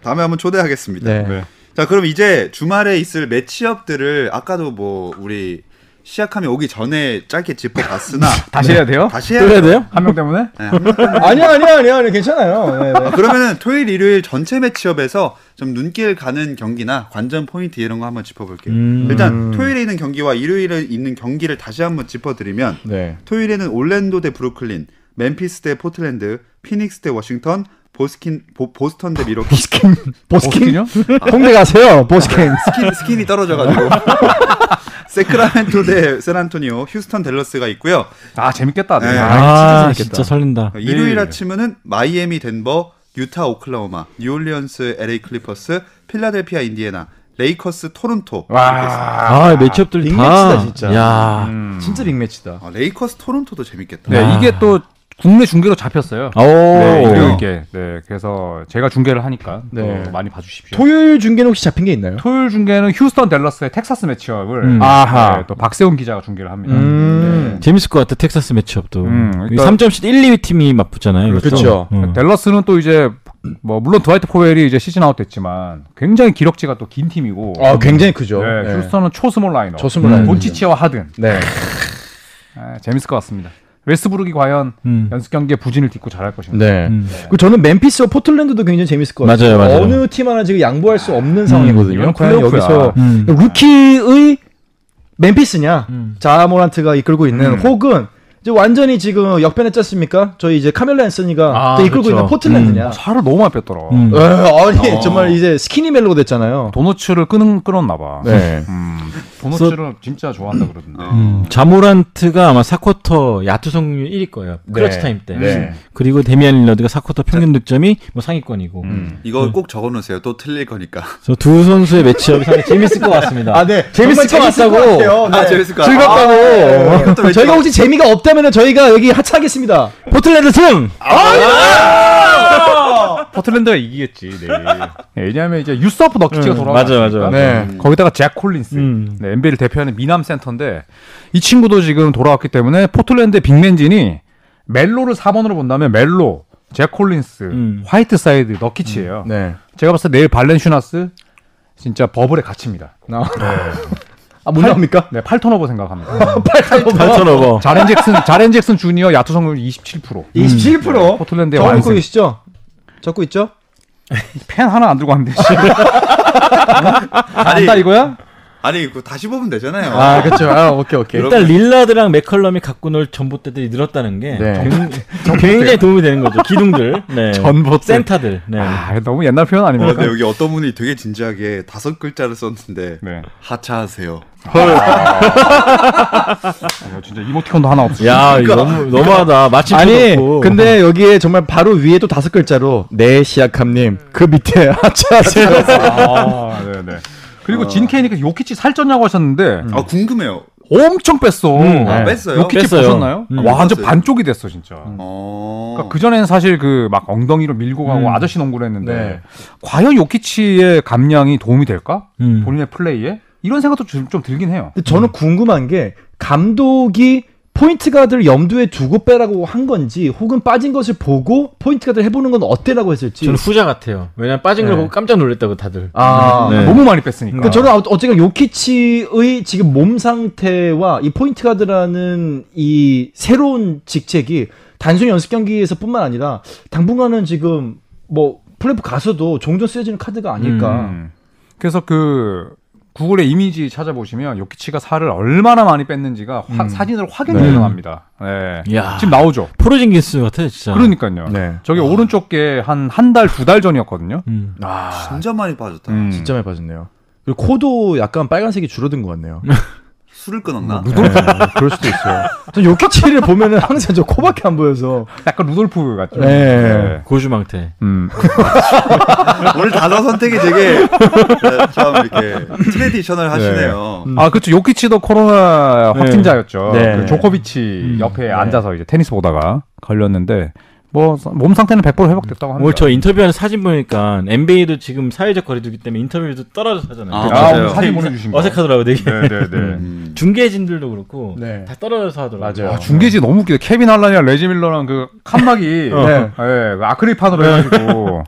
Speaker 2: 다음에 한번 초대하겠습니다.
Speaker 1: 네.
Speaker 3: 네.
Speaker 2: 자, 그럼 이제 주말에 있을 매치업들을 아까도 뭐 우리 시작하면 오기 전에 짧게 짚어봤으나
Speaker 3: 다시 해야 돼요?
Speaker 2: 다시
Speaker 4: 또 해야
Speaker 2: 해야
Speaker 4: 돼요?
Speaker 3: 한 명 때문에?
Speaker 1: 아니야, 아니야, 아니야, 아니야, 괜찮아요. 네, 네.
Speaker 2: 그러면은 토요일 일요일 전체 매치업에서 좀 눈길 가는 경기나 관전 포인트 이런 거 한번 짚어볼게요.
Speaker 4: 음.
Speaker 2: 일단 토요일에 있는 경기와 일요일에 있는 경기를 다시 한번 짚어드리면
Speaker 1: 네.
Speaker 2: 토요일에는 올랜도 대 브루클린, 멤피스 대 포틀랜드, 피닉스 대 워싱턴, 보스킨 보, 보스턴 대 미러키.
Speaker 1: 보스킨, 보스킨,
Speaker 3: 보스킨이요?
Speaker 1: 홍대 가세요, 보스킨.
Speaker 2: 스킨 스킨이 떨어져가지고 세크라멘토 대 샌안토니오, 휴스턴 댈러스가 있고요.
Speaker 3: 아 재밌겠다.
Speaker 2: 네.
Speaker 3: 아,
Speaker 4: 아,
Speaker 1: 진짜 재밌겠다.
Speaker 4: 진짜 설렌다.
Speaker 2: 일요일
Speaker 3: 네.
Speaker 2: 아침에는 마이애미 덴버, 유타 오클라호마, 뉴올리언스 LA 클리퍼스, 필라델피아 인디애나, 레이커스 토론토. 이렇게 있습니다.
Speaker 3: 와.
Speaker 4: 아, 매치업들 다.
Speaker 1: 빅매치다, 진짜.
Speaker 4: 야.
Speaker 3: 음.
Speaker 1: 진짜 빅매치다.
Speaker 2: 아, 레이커스 토론토도 재밌겠다.
Speaker 3: 네
Speaker 4: 아.
Speaker 3: 이게 또 국내 중계로 잡혔어요.
Speaker 4: 오.
Speaker 3: 네, 일요일 게. 네, 그래서 제가 중계를 하니까
Speaker 1: 네.
Speaker 3: 또 많이 봐주십시오.
Speaker 1: 토요일 중계는 혹시 잡힌 게 있나요?
Speaker 3: 토요일 중계는 휴스턴 댈러스의 텍사스 매치업을
Speaker 4: 음.
Speaker 1: 아하.
Speaker 3: 네, 또 박세훈 기자가 중계를 합니다. 네.
Speaker 1: 음.
Speaker 4: 재밌을 것 같아 텍사스 매치업도.
Speaker 3: 음, 그러니까-
Speaker 4: 3점씩 1, 2위 팀이 맞붙잖아요. 이것도.
Speaker 1: 그렇죠.
Speaker 3: 음.
Speaker 4: 어.
Speaker 3: 댈러스는 또 이제 뭐 물론 드와이트 포웰이 이제 시즌 아웃 됐지만 굉장히 기럭지가 또 긴 팀이고
Speaker 1: 아, 굉장히 크죠.
Speaker 3: 네,
Speaker 1: 네.
Speaker 3: 휴스턴은 초스몰 라인업
Speaker 1: 저스물
Speaker 4: 음.
Speaker 1: 음.
Speaker 3: 돈치치와 하든
Speaker 1: 네.
Speaker 3: 아, 재밌을 것 같습니다 웨스브룩이 과연
Speaker 4: 음.
Speaker 3: 연습 경기에 부진을 딛고 잘할 것인가
Speaker 1: 네.
Speaker 4: 음.
Speaker 1: 그 저는 멤피스와 포틀랜드도 굉장히 재밌을 것
Speaker 4: 맞아요,
Speaker 1: 같아요.
Speaker 4: 맞아요.
Speaker 1: 어느 팀 하나 지금 양보할 수 없는 상황이거든요.
Speaker 3: 이건
Speaker 1: 근데
Speaker 3: 플레이오프야.
Speaker 1: 여기서
Speaker 4: 음.
Speaker 1: 루키의 멤피스냐,
Speaker 4: 음.
Speaker 1: 자모란트가 이끌고 있는
Speaker 3: 음.
Speaker 1: 혹은 이제 완전히 지금 역변했지 않습니까? 저희 이제 카멜라 앤서니가
Speaker 3: 아,
Speaker 1: 또 이끌고
Speaker 3: 그렇죠.
Speaker 1: 있는 포틀랜드냐.
Speaker 3: 아, 살을 너무 많이 뺐더라
Speaker 4: 음.
Speaker 1: 에, 아니
Speaker 2: 어.
Speaker 1: 정말 이제 스키니 멜로가 됐잖아요.
Speaker 3: 도너츠를 끊은, 끊었나 봐
Speaker 1: 네.
Speaker 3: 음, 도너츠를 진짜 좋아한다 그러던데
Speaker 2: 어.
Speaker 4: 음, 자모란트가 아마 4쿼터 야투 성률 1일 거예요. 크러치 타임 때.
Speaker 1: 네.
Speaker 4: 그리고 데미안 릴러드가 4쿼터 평균 득점이 뭐 상위권이고.
Speaker 3: 음.
Speaker 2: 이거 꼭 적어놓으세요. 또 틀릴 거니까.
Speaker 4: 그래서 두 선수의 매치업이 상당히 재밌을 것 같습니다.
Speaker 1: 아, 네.
Speaker 4: 재밌을 것
Speaker 1: 정말
Speaker 4: 같다고.
Speaker 1: 같아요. 네.
Speaker 2: 아, 재밌을 것 같아.
Speaker 1: 즐겁다고.
Speaker 2: 아, 네. 또 왠지
Speaker 1: 저희가
Speaker 2: 막-
Speaker 1: 혹시 재미가 없다면 저희가 여기 하차하겠습니다.
Speaker 4: 포틀랜드 승!
Speaker 3: 포틀랜드가 이기겠지 내일 네, 왜냐하면 이제 유스아프 너키치가
Speaker 4: 음,
Speaker 3: 돌아왔으니까
Speaker 4: 맞아, 맞아.
Speaker 1: 네.
Speaker 3: 거기다가 잭 콜린스
Speaker 4: 음.
Speaker 3: 네, NBA를 대표하는 미남 센터인데 이 친구도 지금 돌아왔기 때문에 포틀랜드의 빅맨진이 멜로를 4번으로 본다면 멜로, 잭 콜린스,
Speaker 4: 음.
Speaker 3: 화이트 사이드, 너키치예요.
Speaker 1: 네.
Speaker 3: 제가 봤을 때 내일 발렌슈나스 진짜 버블에 갇힙니다.
Speaker 1: 아, 못 나옵니까?
Speaker 3: 네, 8턴오버 생각합니다. 음.
Speaker 4: 발전오버.
Speaker 3: 자렌 잭슨, 자렌 잭슨 주니어 야투 성률 27%.
Speaker 1: 27%?
Speaker 3: 포틀랜드의
Speaker 1: 적고
Speaker 3: 완승.
Speaker 1: 계시죠? 적고 있죠?
Speaker 3: 펜 하나 안 들고 왔는데 지금
Speaker 2: 아니,
Speaker 3: 안다 이거야?
Speaker 2: 아니, 그거 다시 보면 되잖아요.
Speaker 1: 아, 그렇죠. 아, 오케이, 오케이.
Speaker 2: 여러분,
Speaker 4: 일단 릴라드랑 맥컬럼이 갖고 놀 전봇대들이 늘었다는 게
Speaker 1: 네.
Speaker 4: 굉- 굉장히 도움이 되는 거죠. 기둥들. 네.
Speaker 3: 전봇대.
Speaker 4: 센터들. 네.
Speaker 3: 아, 너무 옛날 표현
Speaker 2: 어,
Speaker 3: 아닙니까?
Speaker 2: 근데 여기 어떤 분이 되게 진지하게 다섯 글자를 썼는데
Speaker 3: 네.
Speaker 2: 하차하세요.
Speaker 3: 이거 진짜 이모티콘도 하나 없어.
Speaker 4: 야, 이거 너무, 너무하다. 마침
Speaker 1: 아니, 근데 여기에 정말 바로 위에 또 다섯 글자로, 네, 시약함님. 그 밑에 하차하세요.
Speaker 3: 아, 네, 네. 그리고 진케이니까 요키치 살쪘냐고 하셨는데
Speaker 2: 아, 궁금해요.
Speaker 3: 엄청 뺐어.
Speaker 2: 아,
Speaker 1: 네.
Speaker 2: 뺐어요?
Speaker 3: 요키치
Speaker 4: 뺐어요.
Speaker 3: 보셨나요?
Speaker 4: 음.
Speaker 3: 와, 완전
Speaker 2: 뺐어요.
Speaker 3: 반쪽이 됐어 진짜.
Speaker 2: 어.
Speaker 3: 그러니까 그 전에는 사실 그 막 엉덩이로 밀고 가고
Speaker 4: 음.
Speaker 3: 아저씨 농구를 했는데
Speaker 1: 네.
Speaker 3: 과연 요키치의 감량이 도움이 될까?
Speaker 4: 음.
Speaker 3: 본인의 플레이에 이런 생각도 좀, 좀 들긴 해요.
Speaker 1: 근데 저는 궁금한 게, 감독이 포인트 가드를 염두에 두고 빼라고 한 건지 혹은 빠진 것을 보고 포인트 가드를 해보는 건 어때라고 했을지
Speaker 4: 저는 후자 같아요. 왜냐면 빠진 걸
Speaker 3: 네.
Speaker 4: 보고 깜짝 놀랐다고 다들.
Speaker 1: 아
Speaker 4: 네.
Speaker 3: 너무 많이 뺐으니까.
Speaker 1: 그러니까 저는 아무튼 어쨌든 요키치의 지금 몸 상태와 이 포인트 가드라는 이 새로운 직책이 단순히 연습 경기에서뿐만 아니라 당분간은 지금 뭐 플레이오프 가서도 종종 쓰여지는 카드가 아닐까.
Speaker 3: 음. 그래서 그 구글의 이미지 찾아보시면 요키치가 살을 얼마나 많이 뺐는지가 화- 사진으로 확인
Speaker 1: 네.
Speaker 3: 가능합니다. 네.
Speaker 4: 야.
Speaker 3: 지금 나오죠.
Speaker 4: 포르징기스 같아 진짜.
Speaker 3: 그러니까요.
Speaker 1: 네.
Speaker 3: 저기 오른쪽 게 한 한 달 두 달 전이었거든요.
Speaker 4: 음.
Speaker 1: 아
Speaker 2: 진짜 많이 빠졌다.
Speaker 3: 음.
Speaker 1: 진짜 많이 빠졌네요. 그리고 코도 약간 빨간색이 줄어든 것 같네요.
Speaker 2: 술을 끊었나?
Speaker 3: 뭐, 네.
Speaker 1: 네. 그럴 수도 있어요. 전 요키치를 보면은 항상 저 코밖에 안 보여서.
Speaker 3: 약간 루돌프 같죠.
Speaker 1: 네.
Speaker 4: 고주망태.
Speaker 3: 음. 뭐.
Speaker 2: 오늘 단어 선택이 되게 네, 참 이렇게 트레디셔널 하시네요.
Speaker 1: 네. 음.
Speaker 3: 아 그렇죠. 요키치도 코로나
Speaker 4: 네.
Speaker 3: 확진자였죠.
Speaker 1: 네.
Speaker 3: 그 조코비치
Speaker 4: 음.
Speaker 3: 옆에 앉아서 이제 테니스 보다가 걸렸는데 뭐 몸 상태는 100% 회복됐다고 합니다.
Speaker 4: 오늘 어, 아, 저 인터뷰하는 사진 보니까 NBA도 지금 사회적 거리두기 때문에 인터뷰도 떨어져서 하잖아요.
Speaker 2: 아,
Speaker 3: 아,
Speaker 2: 맞아요.
Speaker 3: 오늘 사진 보내주신 거.
Speaker 4: 어색하더라고 되게.
Speaker 3: 네네네.
Speaker 2: 음.
Speaker 4: 중계진들도 그렇고
Speaker 1: 네.
Speaker 4: 다 떨어져서 하더라고요.
Speaker 1: 맞아요.
Speaker 3: 아, 중계지 너무 웃기다. 케빈 할란이랑 레지 밀러랑 그 칸막이
Speaker 1: 어.
Speaker 3: 네. 그 아크릴판으로 해가지고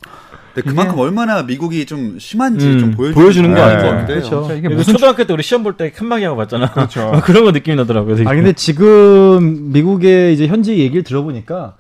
Speaker 2: 근데 그만큼 얼마나 미국이 좀 심한지
Speaker 4: 음,
Speaker 2: 좀 보여주는,
Speaker 4: 보여주는
Speaker 2: 것
Speaker 3: 거 아니에요?
Speaker 2: 같기도 해요.
Speaker 1: 그렇죠.
Speaker 3: 진짜 네. 이게
Speaker 4: 그리고
Speaker 3: 무슨
Speaker 4: 초등학교 때 우리 시험 볼 때 칸막이 하고 봤잖아.
Speaker 3: 그렇죠.
Speaker 4: 그런 거 느낌이 나더라고요. 되게.
Speaker 1: 아 근데 지금 미국의 이제 현지 얘기를 들어보니까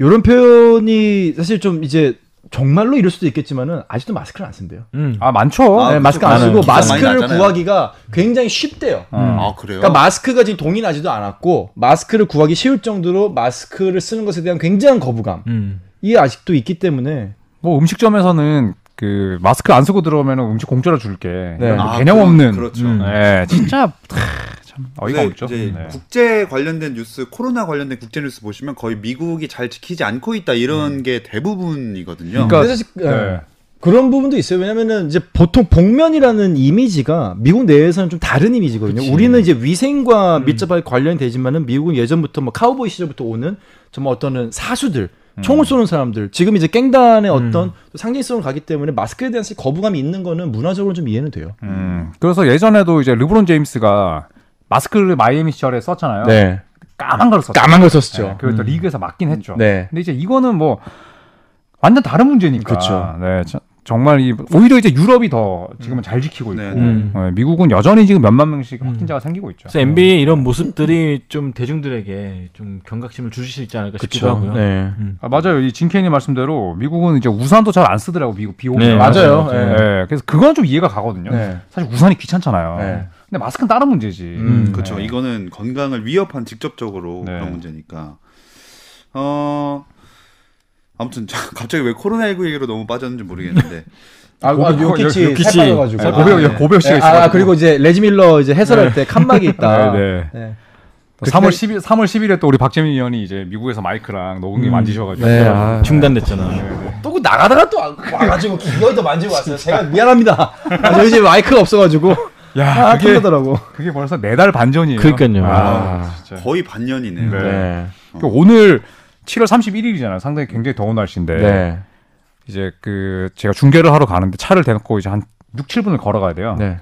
Speaker 1: 이런 표현이 사실 좀 이제 정말로 이럴 수도 있겠지만은 아직도 마스크를 안 쓴대요.
Speaker 4: 음.
Speaker 3: 아 많죠.
Speaker 2: 아,
Speaker 1: 네,
Speaker 2: 그렇죠.
Speaker 1: 마스크 안 쓰고
Speaker 2: 기사 많이
Speaker 1: 마스크를
Speaker 2: 나잖아요.
Speaker 1: 구하기가 굉장히 쉽대요.
Speaker 3: 음.
Speaker 2: 아 그래요?
Speaker 1: 그러니까 마스크가 지금 동이 나지도 않았고 마스크를 구하기 쉬울 정도로 마스크를 쓰는 것에 대한 굉장한 거부감
Speaker 4: 음.
Speaker 1: 이 아직도 있기 때문에
Speaker 3: 뭐 음식점에서는 그 마스크 안 쓰고 들어오면 음식 공짜로 줄게.
Speaker 1: 네.
Speaker 3: 이런
Speaker 2: 아,
Speaker 3: 개념
Speaker 2: 그-
Speaker 3: 없는.
Speaker 2: 그렇죠.
Speaker 4: 음.
Speaker 3: 네, 진짜 하, 참 어이가
Speaker 2: 근데
Speaker 3: 없죠.
Speaker 2: 이제
Speaker 3: 네.
Speaker 2: 국제 관련된 뉴스, 코로나 관련된 국제 뉴스 보시면 거의 미국이 잘 지키지 않고 있다 이런 게 대부분이거든요.
Speaker 3: 음. 그러니까-
Speaker 1: 근데 사실, 예,
Speaker 3: 네.
Speaker 1: 그런 부분도 있어요. 왜냐면은 이제 보통 복면이라는 이미지가 미국 내에서는 좀 다른 이미지거든요. 우리는 이제
Speaker 2: 음.
Speaker 1: 위생과 밀접하게 관련이 되지만은 미국은 예전부터 뭐 카우보이 시절부터 오는 정말 어떤 사수들,
Speaker 2: 음.
Speaker 1: 총을 쏘는 사람들, 지금 이제 깽단의 어떤 상징성을 가기 때문에 마스크에 대한 사실 거부감이 있는 거는 문화적으로 좀 이해는 돼요.
Speaker 3: 음, 그래서 예전에도 이제 르브론 제임스가 마스크를 마이애미 시절에 썼잖아요.
Speaker 1: 네.
Speaker 3: 까만 걸 썼죠. 네,
Speaker 1: 까만 걸 썼죠.
Speaker 3: 그리고 또 리그에서 맞긴 했죠.
Speaker 1: 네.
Speaker 3: 근데 이제 이거는 뭐 완전 다른 문제니까.
Speaker 1: 그쵸.
Speaker 3: 네, 저- 정말 이 오히려 이제 유럽이 더 지금은 잘 지키고 있고
Speaker 2: 네.
Speaker 4: 음.
Speaker 3: 네, 미국은 여전히 지금 몇만 명씩 확진자가 생기고 있죠.
Speaker 4: 그래서 NBA의 이런 모습들이 좀 대중들에게 좀 경각심을 주실 수 있지 않을까 싶기도 하고요.
Speaker 1: 네.
Speaker 3: 아, 맞아요. 이 진케님 말씀대로 미국은 이제 우산도 잘 안 쓰더라고 미국 비 오면.
Speaker 4: 네,
Speaker 1: 맞아요.
Speaker 3: 네. 그래서 그건 좀 이해가 가거든요.
Speaker 1: 네.
Speaker 3: 사실 우산이 귀찮잖아요.
Speaker 1: 네.
Speaker 3: 근데 마스크는 다른 문제지.
Speaker 4: 음,
Speaker 2: 그렇죠.
Speaker 3: 네.
Speaker 2: 이거는 건강을 위협한 직접적으로
Speaker 3: 네.
Speaker 2: 그런 문제니까. 어 아무튼 자, 갑자기 왜 코로나19 얘기로 너무 빠졌는지 모르겠는데
Speaker 1: 아, 아,
Speaker 3: 고백-
Speaker 1: 요키치
Speaker 3: 요키치.
Speaker 1: 살 빠져가지고.
Speaker 3: 네,
Speaker 2: 아,
Speaker 3: 고백
Speaker 2: 네.
Speaker 3: 고백 씨가
Speaker 1: 예,
Speaker 3: 있어요.
Speaker 1: 아, 그리고 이제 레지밀러 이제 해설할 때 칸막이 있다.
Speaker 3: 네,
Speaker 1: 네.
Speaker 3: 또 3월 10일 3월 10일에 또 우리 박재민 의원이 이제 미국에서 마이크랑 녹음기 만지셔가지고
Speaker 1: 네, 아.
Speaker 4: 중단됐잖아.
Speaker 1: 또 그 나가다가 또 와가지고 기어이 더 만지고 왔어요. 제가 미안합니다. 아, 저희 집에 마이크가 없어가지고.
Speaker 3: 야
Speaker 1: 아,
Speaker 3: 그게
Speaker 1: 틀리더라고.
Speaker 3: 그게 벌써 네 달 반 전이에요.
Speaker 4: 그러니까요.
Speaker 3: 아, 진짜.
Speaker 2: 거의 반년이네요.
Speaker 3: 네. 그 오늘 7월 31일이잖아요. 상당히 굉장히 더운 날씨인데
Speaker 1: 네.
Speaker 3: 이제 그 제가 중계를 하러 가는데 차를 대놓고 이제 한 6, 7분을 걸어가야 돼요.
Speaker 1: 네.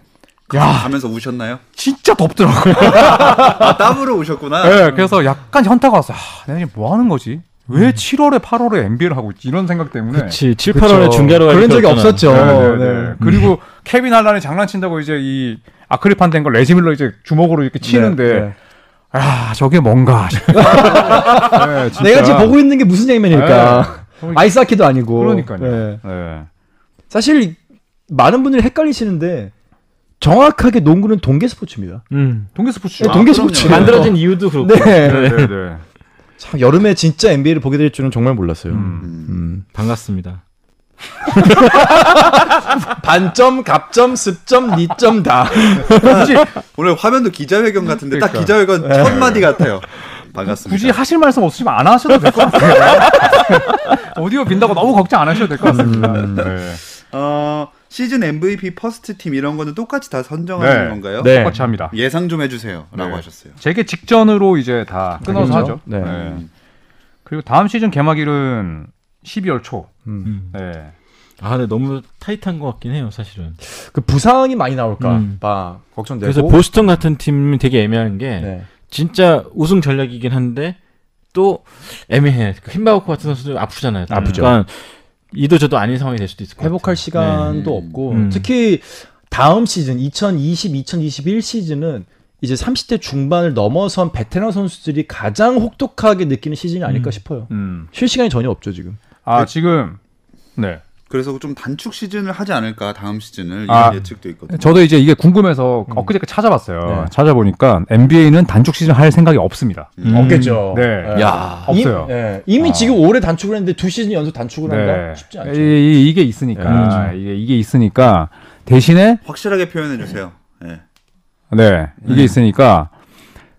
Speaker 2: 가면서 우셨나요?
Speaker 3: 진짜 덥더라고요.
Speaker 2: 아 땀으로 우셨구나.
Speaker 3: 네, 그래서 약간 현타가 왔어요. 아, 내가 지금 뭐 하는 거지?
Speaker 1: 음.
Speaker 3: 왜 7월에 8월에 NBA를 하고 있지? 이런 생각 때문에.
Speaker 4: 그렇지. 7, 8월에 중계로
Speaker 1: 그런 적이 없었죠.
Speaker 3: 네, 네,
Speaker 1: 네.
Speaker 3: 네. 그리고 케빈 할란이 장난친다고 이제 이 아크릴판 된 걸 레지밀러 이제 주먹으로 이렇게 치는데
Speaker 1: 네, 네.
Speaker 3: 아 저게 뭔가 싶어요. 네, 진짜.
Speaker 1: 내가 지금 보고 있는 게 무슨 장면일까?
Speaker 3: 네.
Speaker 1: 아이스하키도 아니고.
Speaker 3: 그러니까요.
Speaker 1: 네.
Speaker 3: 네.
Speaker 1: 사실 많은 분들이 헷갈리시는데 정확하게 농구는 동계 스포츠입니다.
Speaker 4: 음.
Speaker 3: 동계 스포츠
Speaker 1: 네, 동계 스포츠.
Speaker 2: 그럼요.
Speaker 4: 만들어진 이유도 그렇고.
Speaker 1: 네.
Speaker 3: 네, 네, 네.
Speaker 1: 참 여름에 진짜 NBA를 보게 될 줄은 정말 몰랐어요.
Speaker 2: 음.
Speaker 1: 음.
Speaker 4: 반갑습니다.
Speaker 1: 반점, 갑점, 습점, 니점 다.
Speaker 3: 굳이
Speaker 2: 오늘 화면도 기자회견 같은데 딱
Speaker 3: 그러니까.
Speaker 2: 기자회견 첫 마디 같아요. 반갑습니다.
Speaker 3: 굳이 하실 말씀 없으시면 안 하셔도 될 것 같아요. 오디오 빈다고 너무 걱정 안 하셔도 될 것 같습니다.
Speaker 1: 음.
Speaker 3: 네.
Speaker 2: 어, 시즌 MVP 퍼스트 팀 이런 거는 똑같이 다 선정하는
Speaker 3: 네.
Speaker 2: 건가요?
Speaker 1: 네.
Speaker 3: 똑같이 합니다.
Speaker 2: 예상 좀 해주세요라고
Speaker 3: 네.
Speaker 2: 하셨어요.
Speaker 3: 제게 직전으로 이제 다 끊어서
Speaker 1: 알겠죠?
Speaker 3: 하죠.
Speaker 1: 네.
Speaker 2: 음.
Speaker 3: 그리고 다음 시즌 개막일은 12월 초.
Speaker 4: 음.
Speaker 3: 네.
Speaker 4: 아, 근데 너무 타이트한 것 같긴 해요, 사실은.
Speaker 1: 그 부상이 많이 나올까
Speaker 4: 음.
Speaker 1: 봐 걱정되고.
Speaker 4: 뭐 그래서 보스턴 같은 팀이 되게 애매한 게
Speaker 1: 네.
Speaker 4: 진짜 우승 전략이긴 한데 또 애매해. 그 힘바우크 같은 선수들 아프잖아요.
Speaker 1: 아프죠.
Speaker 4: 그러니까 이도 저도 아닌 상황이 될 수도 있을 것 같아요.
Speaker 1: 회복할 시간도
Speaker 2: 네.
Speaker 1: 없고
Speaker 4: 음.
Speaker 1: 특히 다음 시즌 2020, 2021 시즌은 이제 30대 중반을 넘어선 베테랑 선수들이 가장 혹독하게 느끼는 시즌이
Speaker 4: 음.
Speaker 1: 아닐까 싶어요.
Speaker 3: 음.
Speaker 1: 쉴 시간이 전혀 없죠 지금.
Speaker 3: 아 지금 네.
Speaker 2: 그래서 좀 단축 시즌을 하지 않을까 다음 시즌을 이런
Speaker 3: 아.
Speaker 2: 예측도 있거든요.
Speaker 3: 저도 이제 이게 궁금해서 엊그저께 찾아봤어요.
Speaker 1: 네.
Speaker 3: 찾아보니까 NBA는 단축 시즌 할 생각이 없습니다.
Speaker 2: 음.
Speaker 1: 없겠죠.
Speaker 3: 네.
Speaker 4: 야.
Speaker 3: 없어요.
Speaker 1: 이, 예. 이미
Speaker 3: 아.
Speaker 1: 지금 올해 단축을 했는데 두 시즌 연속 단축을 한다? 쉽지 않죠.
Speaker 3: 네. 이, 게 있으니까 아, 이게, 이게 있으니까 대신에
Speaker 2: 확실하게 표현해 주세요. 예.
Speaker 3: 네 이게 있으니까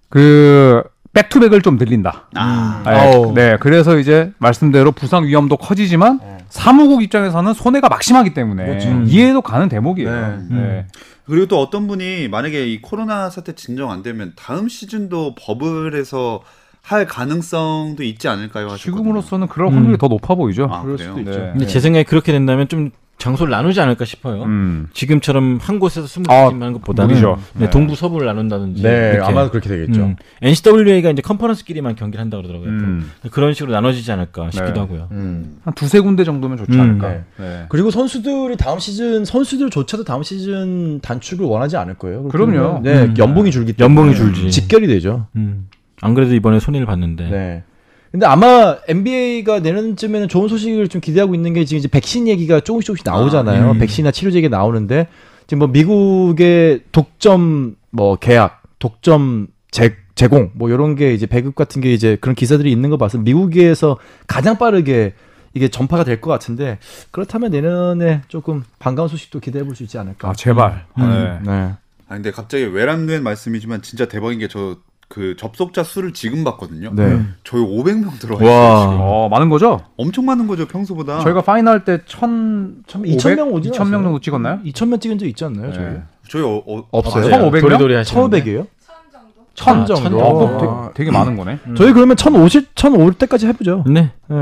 Speaker 3: 그 백투백을 좀 늘린다.
Speaker 2: 아.
Speaker 3: 네, 네, 그래서 이제 말씀대로 부상 위험도 커지지만
Speaker 1: 네.
Speaker 3: 사무국 입장에서는 손해가 막심하기 때문에 이해도 가는 대목이에요.
Speaker 1: 그렇죠. 음. 네.
Speaker 3: 네.
Speaker 2: 그리고 또 어떤 분이 만약에 이 코로나 사태 진정 안 되면 다음 시즌도 버블에서 할 가능성도 있지 않을까요? 하셨거든요.
Speaker 3: 지금으로서는 그럴 확률이
Speaker 4: 음.
Speaker 3: 더 높아 보이죠.
Speaker 2: 아,
Speaker 1: 그럴
Speaker 2: 그래요?
Speaker 1: 수도 있죠.
Speaker 3: 네.
Speaker 4: 근데 제 생각에 그렇게 된다면 좀 장소를 나누지 않을까 싶어요.
Speaker 3: 음.
Speaker 4: 지금처럼 한 곳에서 스무
Speaker 3: 아,
Speaker 4: 팀 하는 것보다는
Speaker 3: 무리죠.
Speaker 4: 네,
Speaker 3: 네.
Speaker 4: 동부 서부를 나눈다든지 예. 이렇게.
Speaker 1: 네, 그렇게 되겠죠.
Speaker 4: 음, NCWA가 이제 컨퍼런스끼리만 경기를 한다 그러더라고요.
Speaker 3: 음.
Speaker 4: 그런 식으로 나눠지지 않을까 싶기도
Speaker 3: 네.
Speaker 4: 하고요.
Speaker 1: 음.
Speaker 3: 한 두세 군데 정도면 좋지
Speaker 4: 음.
Speaker 3: 않을까.
Speaker 1: 네.
Speaker 3: 네.
Speaker 1: 그리고 선수들이 다음 시즌 선수들조차도 다음 시즌 단축을 원하지 않을 거예요. 그렇게
Speaker 3: 그럼요.
Speaker 1: 되면, 네,
Speaker 4: 음.
Speaker 1: 연봉이 줄기 때문에
Speaker 4: 연봉이 줄지.
Speaker 1: 직결이 되죠.
Speaker 4: 음. 안 그래도 이번에 손해를 봤는데.
Speaker 1: 네. 근데 아마 NBA가 내년 쯤에는 좋은 소식을 좀 기대하고 있는 게 지금 이제 백신 얘기가 조금씩 조금씩 나오잖아요.
Speaker 4: 아,
Speaker 3: 네.
Speaker 4: 음.
Speaker 1: 백신이나 치료제 얘기 나오는데 지금 뭐 미국의 독점 뭐 계약, 독점 제, 공뭐 이런 게 이제 배급 같은 게 이제 그런 기사들이 있는 거 봐서 미국에서 가장 빠르게 이게 전파가 될 것 같은데 그렇다면 내년에 조금 반가운 소식도 기대해 볼 수 있지 않을까.
Speaker 3: 아 제발. 네.
Speaker 1: 네.
Speaker 2: 아 근데 갑자기 외람된 말씀이지만 진짜 대박인 게 저 그 접속자 수를 지금 봤거든요.
Speaker 1: 네.
Speaker 2: 저희 500명 들어와
Speaker 4: 와.
Speaker 2: 있어요. 지금.
Speaker 3: 어 많은 거죠?
Speaker 2: 엄청 많은 거죠 평소보다.
Speaker 3: 저희가 파이널 때1,000
Speaker 1: 아. 2,000명 오지
Speaker 3: 2,000명 정도 찍었나요?
Speaker 1: 2,000명 찍은 적 있지 않나요, 저희?
Speaker 3: 네.
Speaker 2: 저희 어, 어,
Speaker 1: 없어요.
Speaker 3: 아,
Speaker 1: 네.
Speaker 3: 처음 500명?
Speaker 4: 도리도리 하시는
Speaker 1: 1,500이에요?
Speaker 5: 천 정도?
Speaker 4: 아,
Speaker 1: 1,000
Speaker 4: 천 정도.
Speaker 1: 정도.
Speaker 3: 어,
Speaker 1: 되게-
Speaker 3: 되게, 되게 많은 거네.
Speaker 1: 저희 그러면 1,050, 1,050 때까지 해보죠.
Speaker 4: 네.
Speaker 1: 네.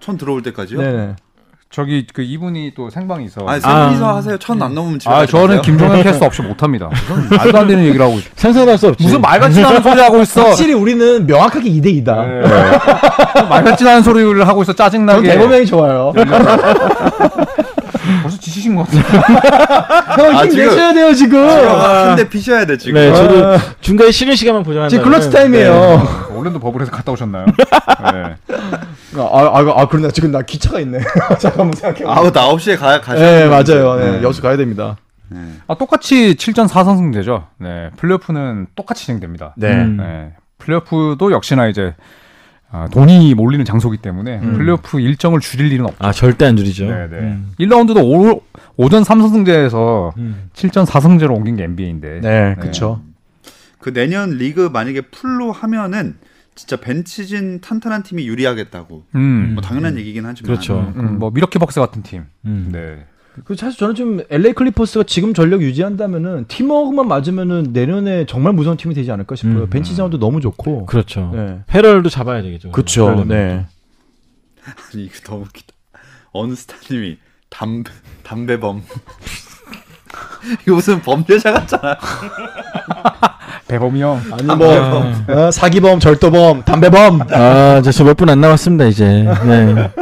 Speaker 2: 천 들어올 때까지요?
Speaker 1: 네네.
Speaker 3: 저기 그 이분이 또 생방이 있어.
Speaker 2: 아니 세분이서 하세요. 천 안 넘으면 집에
Speaker 3: 아, 저는
Speaker 2: 가실까요?
Speaker 3: 김종현 캐스터 없이 못합니다. 무슨 말도 안 되는 얘기를 하고 있어.
Speaker 1: 상상할 수 없지.
Speaker 3: 무슨 말 같지도 않은 소리 하고 있어.
Speaker 1: 확실히 우리는 명확하게 2대 2다.
Speaker 3: 네. 말 같지도 않은 소리를 하고 있어.
Speaker 1: 저는
Speaker 3: 짜증나게. 네.
Speaker 1: 대범형이 좋아요.
Speaker 3: 벌써 지치신 것 같아요.
Speaker 1: 형,
Speaker 2: 아,
Speaker 1: 힘
Speaker 2: 지금-
Speaker 1: 내셔야 돼요, 지금.
Speaker 2: 아, 한대 피셔야 돼 지금.
Speaker 4: 네, 저도 중간에 쉬는 시간만 보장한다.
Speaker 1: 지금 클러치 타임이에요.
Speaker 3: 올랜도 버블에서 갔다 오셨나요? 네.
Speaker 1: 아, 아, 아, 그러네. 지금 나 기차가 있네. 잠깐만 생각해봐.
Speaker 2: 아우 나 9시에 가야 가셔야
Speaker 1: 네,
Speaker 2: 돼요, 이제.
Speaker 1: 맞아요. 네, 여수 가야 됩니다.
Speaker 3: 아, 똑같이 7전 4선승 되죠. 네. 플레이오프는 똑같이 진행됩니다.
Speaker 1: 네.
Speaker 4: 음.
Speaker 3: 네. 플레이오프도 역시나 이제 아, 돈이 몰리는 장소기 때문에 플레이오프 일정을 줄일 일은 없죠.
Speaker 4: 아, 절대 안 줄이죠.
Speaker 3: 네, 네.
Speaker 4: 음.
Speaker 3: 1라운드도 오, 오전 3선승제에서
Speaker 4: 음.
Speaker 3: 7전 4승제로 옮긴 게 NBA인데.
Speaker 1: 네, 그쵸.
Speaker 2: 그 내년 리그 만약에 풀로 하면은 진짜 벤치진 탄탄한 팀이 유리하겠다고.
Speaker 3: 음.
Speaker 2: 뭐 당연한 얘기긴 하지만.
Speaker 4: 그렇죠.
Speaker 3: 음, 뭐 미러키 벅스 같은 팀.
Speaker 4: 음.
Speaker 3: 네.
Speaker 1: 그 사실 저는 좀 LA 클리퍼스가 지금 전력 유지한다면은 팀워크만 맞으면은 내년에 정말 무서운 팀이 되지 않을까 싶어요.
Speaker 4: 음.
Speaker 1: 벤치 자원도 너무 좋고.
Speaker 4: 그렇죠.
Speaker 1: 네.
Speaker 4: 페럴도 잡아야 되겠죠.
Speaker 1: 그쵸.
Speaker 4: 그러려면.
Speaker 1: 네.
Speaker 2: 아니 이거 너무 웃기다. 언스타님이 담배 담배범. 이거 무슨 범죄자 같잖아.
Speaker 3: 배범이 형.
Speaker 1: 아니 뭐 어, 사기범, 절도범, 담배범.
Speaker 4: 아, 저 몇 분 안 남았습니다, 이제. 네.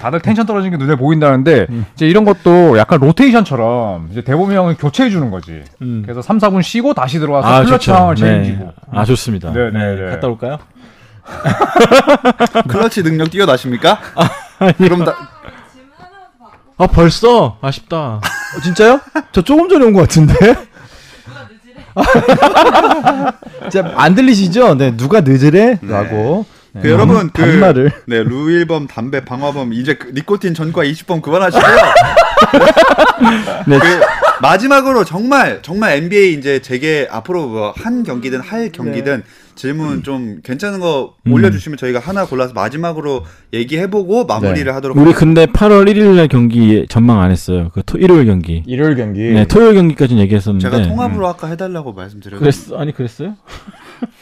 Speaker 3: 다들 텐션 떨어지는 게 눈에 보인다는데 음. 이제 이런 것도 약간 로테이션처럼 이제 대범이 형을 교체해 주는 거지.
Speaker 4: 음.
Speaker 3: 그래서 3, 4분 쉬고 다시 들어와서
Speaker 4: 아,
Speaker 3: 클러치
Speaker 4: 좋죠.
Speaker 3: 상황을
Speaker 4: 네.
Speaker 3: 책임지고.
Speaker 4: 아, 좋습니다. 어,
Speaker 3: 네, 네, 네.
Speaker 4: 갔다 올까요?
Speaker 2: 클러치 능력 뛰어나십니까? 그럼 다
Speaker 5: 아, 그럼 질문 하나만 더 받고
Speaker 4: 아, 벌써? 아쉽다.
Speaker 1: 어, 진짜요? 저 조금 전에 온 것 같은데.
Speaker 5: 누가 늦으래?
Speaker 1: 진짜 안 들리시죠? 네, 누가 늦으래라고. 네.
Speaker 2: 그
Speaker 4: 음,
Speaker 2: 여러분 그
Speaker 1: 반말을.
Speaker 2: 네, 루일범 담배 방화범 이제 그 니코틴 전과 20범 그만하시고요.
Speaker 4: 네.
Speaker 2: 그 마지막으로 정말 정말 NBA 이제 제게 앞으로 뭐 한 경기든 할 경기든 질문 좀 괜찮은 거 올려주시면 저희가 하나 골라서 마지막으로 얘기해보고 마무리를 하도록
Speaker 4: 우리 근데 8월 1일날 경기 전망 안 했어요. 그 토, 일요일 경기.
Speaker 1: 일요일 경기.
Speaker 3: 예.
Speaker 4: 네, 토요일 경기까지는 얘기했었는데.
Speaker 2: 제가 통합으로 아까 해달라고 말씀드렸는데
Speaker 4: 네. 그랬어? 아니 그랬어요?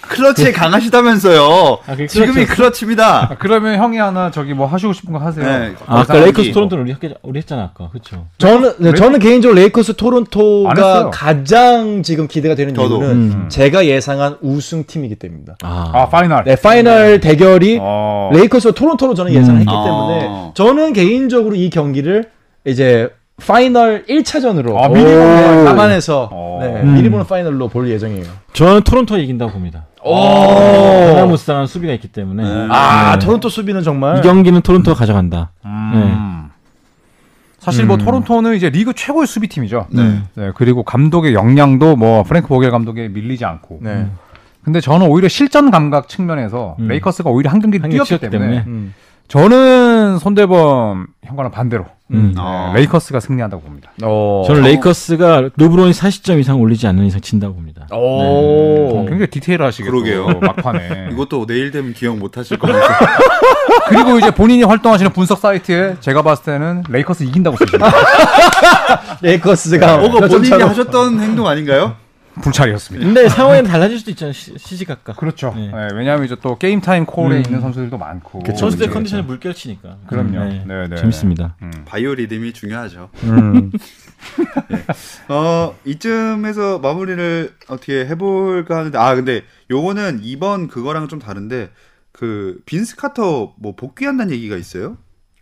Speaker 2: 클러치에 강하시다면서요.
Speaker 4: 아, 그게
Speaker 2: 지금이 클러치입니다.
Speaker 3: 아, 그러면 형이 하나 저기 뭐 하시고 싶은 거 하세요.
Speaker 2: 네.
Speaker 4: 아, 아까
Speaker 3: 상황이-
Speaker 4: 레이커스 토론토는 우리, 했- 우리 했잖아 아까. 그렇죠.
Speaker 1: 저는 네, 저는 개인적으로 레이커스
Speaker 3: 안
Speaker 1: 토론토가
Speaker 3: 했어요.
Speaker 1: 가장 지금 기대가 되는
Speaker 2: 저도.
Speaker 1: 이유는
Speaker 4: 음.
Speaker 1: 제가 예상한 우승 팀이기 때문입니다.
Speaker 3: 아 파이널.
Speaker 1: 네, 파이널 대결이
Speaker 3: 어.
Speaker 1: 레이커스와 토론토로 저는
Speaker 4: 음.
Speaker 1: 예상했기
Speaker 2: 아.
Speaker 1: 때문에 저는 개인적으로 이 경기를 이제 파이널 1차전으로 네,
Speaker 3: 아, 미리 보는 거야.
Speaker 1: 감안해서
Speaker 3: 어.
Speaker 1: 네,
Speaker 4: 음.
Speaker 1: 미리 보는 파이널로 볼 예정이에요.
Speaker 4: 저는 토론토가 이긴다고 봅니다. 하나무쌍한 수비가 있기 때문에
Speaker 1: 아,
Speaker 4: 네.
Speaker 1: 토론토 수비는 정말
Speaker 4: 이 경기는 토론토가 가져간다. 네.
Speaker 3: 음. 사실 뭐 토론토는 이제 리그 최고의 수비팀이죠.
Speaker 2: 네.
Speaker 3: 네, 그리고 감독의 역량도 뭐 프랭크 보겔 감독에 밀리지 않고.
Speaker 1: 네.
Speaker 3: 근데 저는 오히려 실전 감각 측면에서
Speaker 4: 음.
Speaker 3: 레이커스가 오히려 한 경기를
Speaker 4: 한
Speaker 3: 뛰었기
Speaker 4: 경기
Speaker 3: 때문에,
Speaker 4: 때문에.
Speaker 1: 음.
Speaker 3: 저는 손대범 형과는 반대로
Speaker 4: 음.
Speaker 3: 네,
Speaker 2: 아.
Speaker 3: 레이커스가 승리한다고 봅니다.
Speaker 1: 어.
Speaker 4: 저는 레이커스가 르브론이 40점 이상 올리지 않는 이상 진다고 봅니다.
Speaker 3: 어.
Speaker 1: 오.
Speaker 3: 네. 굉장히 디테일하시게
Speaker 2: 그러게요.
Speaker 3: 또 막판에.
Speaker 2: 이것도 내일 되면 기억 못 하실 거면서
Speaker 3: 그리고 이제 본인이 활동하시는 분석 사이트에 제가 봤을 때는 레이커스 이긴다고 쓰십니다.
Speaker 1: 레이커스가
Speaker 2: 오거 본인이
Speaker 1: 결정타로-
Speaker 2: 하셨던 행동 아닌가요?
Speaker 3: 불찰이었습니다.
Speaker 4: 근데 상황이 달라질 수도 있잖아요. 시- 시시각각.
Speaker 3: 그렇죠.
Speaker 4: 네. 음.
Speaker 3: 네, 왜냐하면 이제 또 게임 타임 콜에 있는 선수들도 많고.
Speaker 4: 선수들
Speaker 3: 그렇죠.
Speaker 4: 컨디션을 물결치니까.
Speaker 3: 그럼요.
Speaker 4: 네.
Speaker 3: 네, 네.
Speaker 4: 재밌습니다.
Speaker 2: 바이오 리듬이 중요하죠.
Speaker 1: 음.
Speaker 2: 어 이쯤에서 마무리를 어떻게 해볼까 하는데 아 근데 요거는 이번 그거랑 좀 다른데 그 빈스 카터 뭐 복귀한다는 얘기가 있어요?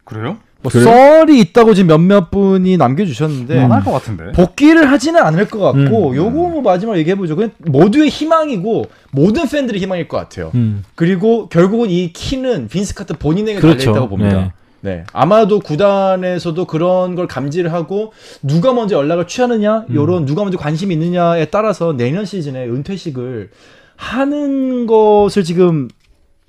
Speaker 3: 그래요?
Speaker 1: 뭐
Speaker 4: 아, 그래요?
Speaker 1: 썰이 있다고 지금 몇몇 분이
Speaker 4: 음.
Speaker 1: 남겨주셨는데
Speaker 3: 안 할 네, 것 같은데.
Speaker 1: 복귀를 하지는 않을 것 같고 요거 뭐 마지막 얘기해보죠. 그냥 모두의 희망이고 모든 팬들의 희망일 것 같아요.
Speaker 4: 음.
Speaker 1: 그리고 결국은 이 키는 빈스 카터 본인에게
Speaker 4: 그렇죠.
Speaker 1: 달려있다고 봅니다.
Speaker 4: 네.
Speaker 1: 네. 아마도 구단에서도 그런 걸 감지를 하고 누가 먼저 연락을 취하느냐,
Speaker 4: 음.
Speaker 1: 요런 누가 먼저 관심이 있느냐에 따라서 내년 시즌에 은퇴식을 하는 것을 지금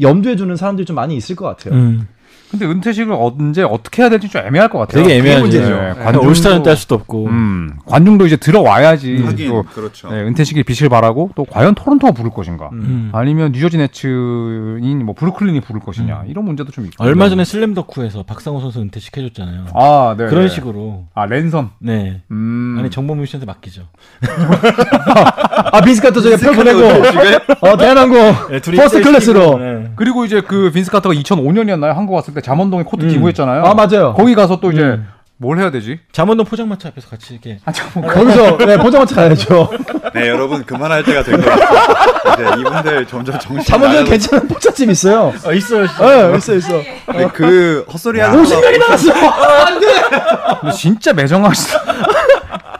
Speaker 1: 염두에 두는 사람들이 좀 많이 있을 것 같아요.
Speaker 4: 음.
Speaker 3: 근데 은퇴식을 언제 어떻게 해야 될지 좀 애매할 것 같아요.
Speaker 4: 되게 애매한
Speaker 3: 그게
Speaker 4: 문제죠.
Speaker 3: 문제죠.
Speaker 4: 네.
Speaker 3: 관중도-
Speaker 4: 올스타전 때할 수도 없고.
Speaker 3: 음, 관중도 이제
Speaker 4: 음.
Speaker 3: 들어와야지
Speaker 1: 예,
Speaker 2: 하긴
Speaker 1: 뭐,
Speaker 3: 또
Speaker 2: 그렇죠.
Speaker 3: 네, 은퇴식의 빛을 바라고 또 과연 토론토가 부를 것인가
Speaker 4: 음.
Speaker 3: 아니면 뉴저지 네츠인 뭐 브루클린이 부를 것이냐 이런 문제도 좀 있고
Speaker 4: 음. 얼마 전에 슬램덕후에서 박상호 선수 은퇴식 해줬잖아요.
Speaker 3: 아, 네,
Speaker 4: 그런
Speaker 3: 네.
Speaker 4: 식으로.
Speaker 3: 아 랜선
Speaker 4: 네.
Speaker 3: 음.
Speaker 4: 아니 정범민 씨한테 맡기죠.
Speaker 1: 아, 빈스 카터 저기 표 보내고,
Speaker 2: 지금
Speaker 1: 어, 대한항공, 퍼스트 클래스로.
Speaker 4: 네.
Speaker 3: 그리고 이제 그 빈스 카터가 2005년이었나요 한국 왔을 때 잠원동에 코트
Speaker 4: 음.
Speaker 3: 기부했잖아요.
Speaker 1: 아, 맞아요.
Speaker 3: 거기 가서 또 이제
Speaker 4: 음.
Speaker 3: 뭘 해야 되지?
Speaker 4: 잠원동 포장마차 앞에서 같이 이렇게
Speaker 3: 아, 잠깐.
Speaker 1: 거기서, 네, 포장마차 가야죠.
Speaker 4: 아,
Speaker 2: 네 여러분 그만할 때가 된 것 같아요. 이제 이분들 점점 정신
Speaker 1: 잠원전 괜찮은 포차집 있어요.
Speaker 4: 아 있어요. 진짜.
Speaker 1: 예, 있어, 있어.
Speaker 2: 네, 그 헛소리 하는
Speaker 1: 50명이 나갔어! 아, 안 돼!
Speaker 3: 근데 진짜 매정하시다.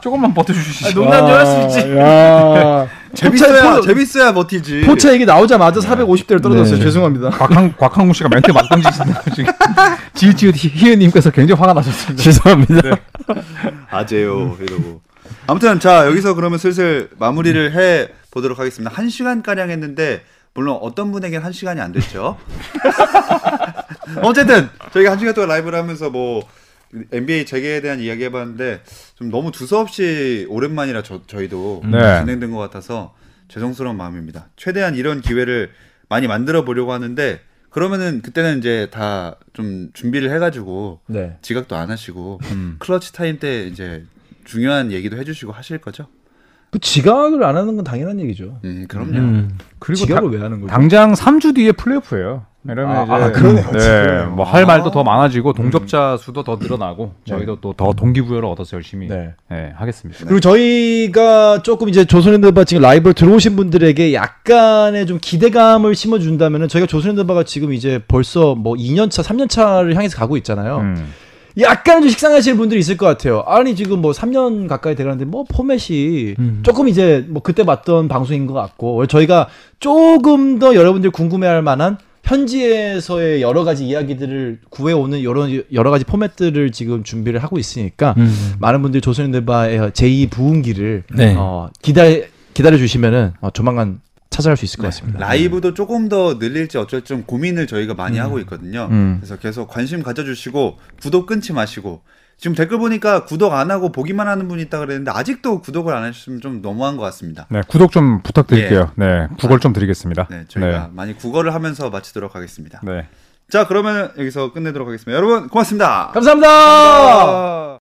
Speaker 3: 조금만 버텨주시죠.
Speaker 2: 농담좀 할수 있지.
Speaker 1: 아, 야.
Speaker 2: 재밌어야
Speaker 1: 포차-
Speaker 2: 재밌어야 버티지.
Speaker 1: 포차 얘기 나오자마자 450대를 떨어졌어요.
Speaker 4: 네.
Speaker 1: 죄송합니다.
Speaker 3: 곽항, 곽항우 씨가 멘트 막 던지신다 지금. 지읒지읒 희은님께서 굉장히 화가 나셨습니다. 네.
Speaker 4: 죄송합니다.
Speaker 2: 아재요 이러고 아무튼 자 여기서 그러면 슬슬 마무리를 해 보도록 하겠습니다 한 시간 가량 했는데 물론 어떤 분에겐 한 시간이 안 됐죠 어쨌든 저희가 한 시간 동안 라이브를 하면서 뭐 NBA 재개에 대한 이야기 해봤는데 좀 너무 두서없이 오랜만이라 저, 저희도
Speaker 3: 네.
Speaker 2: 진행된 것 같아서 죄송스러운 마음입니다 최대한 이런 기회를 많이 만들어 보려고 하는데 그러면은 그때는 이제 다 좀 준비를 해가지고
Speaker 1: 네.
Speaker 2: 지각도 안 하시고 클러치 타임 때 이제 중요한 얘기도 해주시고 하실 거죠?
Speaker 1: 그 지각을 안 하는 건 당연한 얘기죠.
Speaker 2: 음 그럼요.
Speaker 4: 음.
Speaker 3: 그리고 다-
Speaker 1: 지각을 왜 하는 거죠?
Speaker 3: 당장 3주 뒤에 플레이오프예요. 이러면
Speaker 1: 아,
Speaker 3: 이제
Speaker 1: 아, 그러네요,
Speaker 3: 네,
Speaker 1: 지금.
Speaker 3: 뭐할 말도 더 많아지고 동접자 수도 더 늘어나고 저희도 또 더 동기부여를 얻어서 열심히
Speaker 1: 네.
Speaker 3: 네, 하겠습니다.
Speaker 1: 그리고 저희가 조금 이제 조선인들바 지금 라이브를 들어오신 분들에게 약간의 좀 기대감을 심어준다면은 저희가 조선인들바가 지금 이제 벌써 뭐 2년차, 3년차를 향해서 가고 있잖아요.
Speaker 3: 음.
Speaker 1: 약간 좀 식상하실 분들이 있을 것 같아요. 아니 지금 뭐 3년 가까이 돼가는데 뭐 포맷이
Speaker 4: 음.
Speaker 1: 조금 이제 뭐 그때 봤던 방송인 것 같고 저희가 조금 더 여러분들 궁금해할 만한 현지에서의 여러 가지 이야기들을 구해오는 여러 여러 가지 포맷들을 지금 준비를 하고 있으니까
Speaker 4: 음.
Speaker 1: 많은 분들이 조선인들바의 제2 부흥기를
Speaker 4: 네.
Speaker 1: 어, 기다려 기다려 주시면은 어, 조만간 찾아갈 수 있을 것 같습니다.
Speaker 2: 라이브도 조금 더 늘릴지 어쩔지 음. 좀 고민을 저희가 많이 하고 있거든요.
Speaker 1: 음.
Speaker 2: 그래서 계속 관심 가져주시고 구독 끊지 마시고 지금 댓글 보니까 구독 안 하고 보기만 하는 분이 있다 그랬는데 아직도 구독을 안 하셨으면 좀 너무한 것 같습니다.
Speaker 3: 네, 구독 좀 부탁드릴게요. 네, 구걸 좀 드리겠습니다.
Speaker 2: 네, 저희가 많이 구걸을 하면서 마치도록 하겠습니다.
Speaker 3: 네. 네.
Speaker 2: 자, 그러면 여기서 끝내도록 하겠습니다. 여러분 고맙습니다.
Speaker 1: 감사합니다. 아!
Speaker 2: 감사합니다.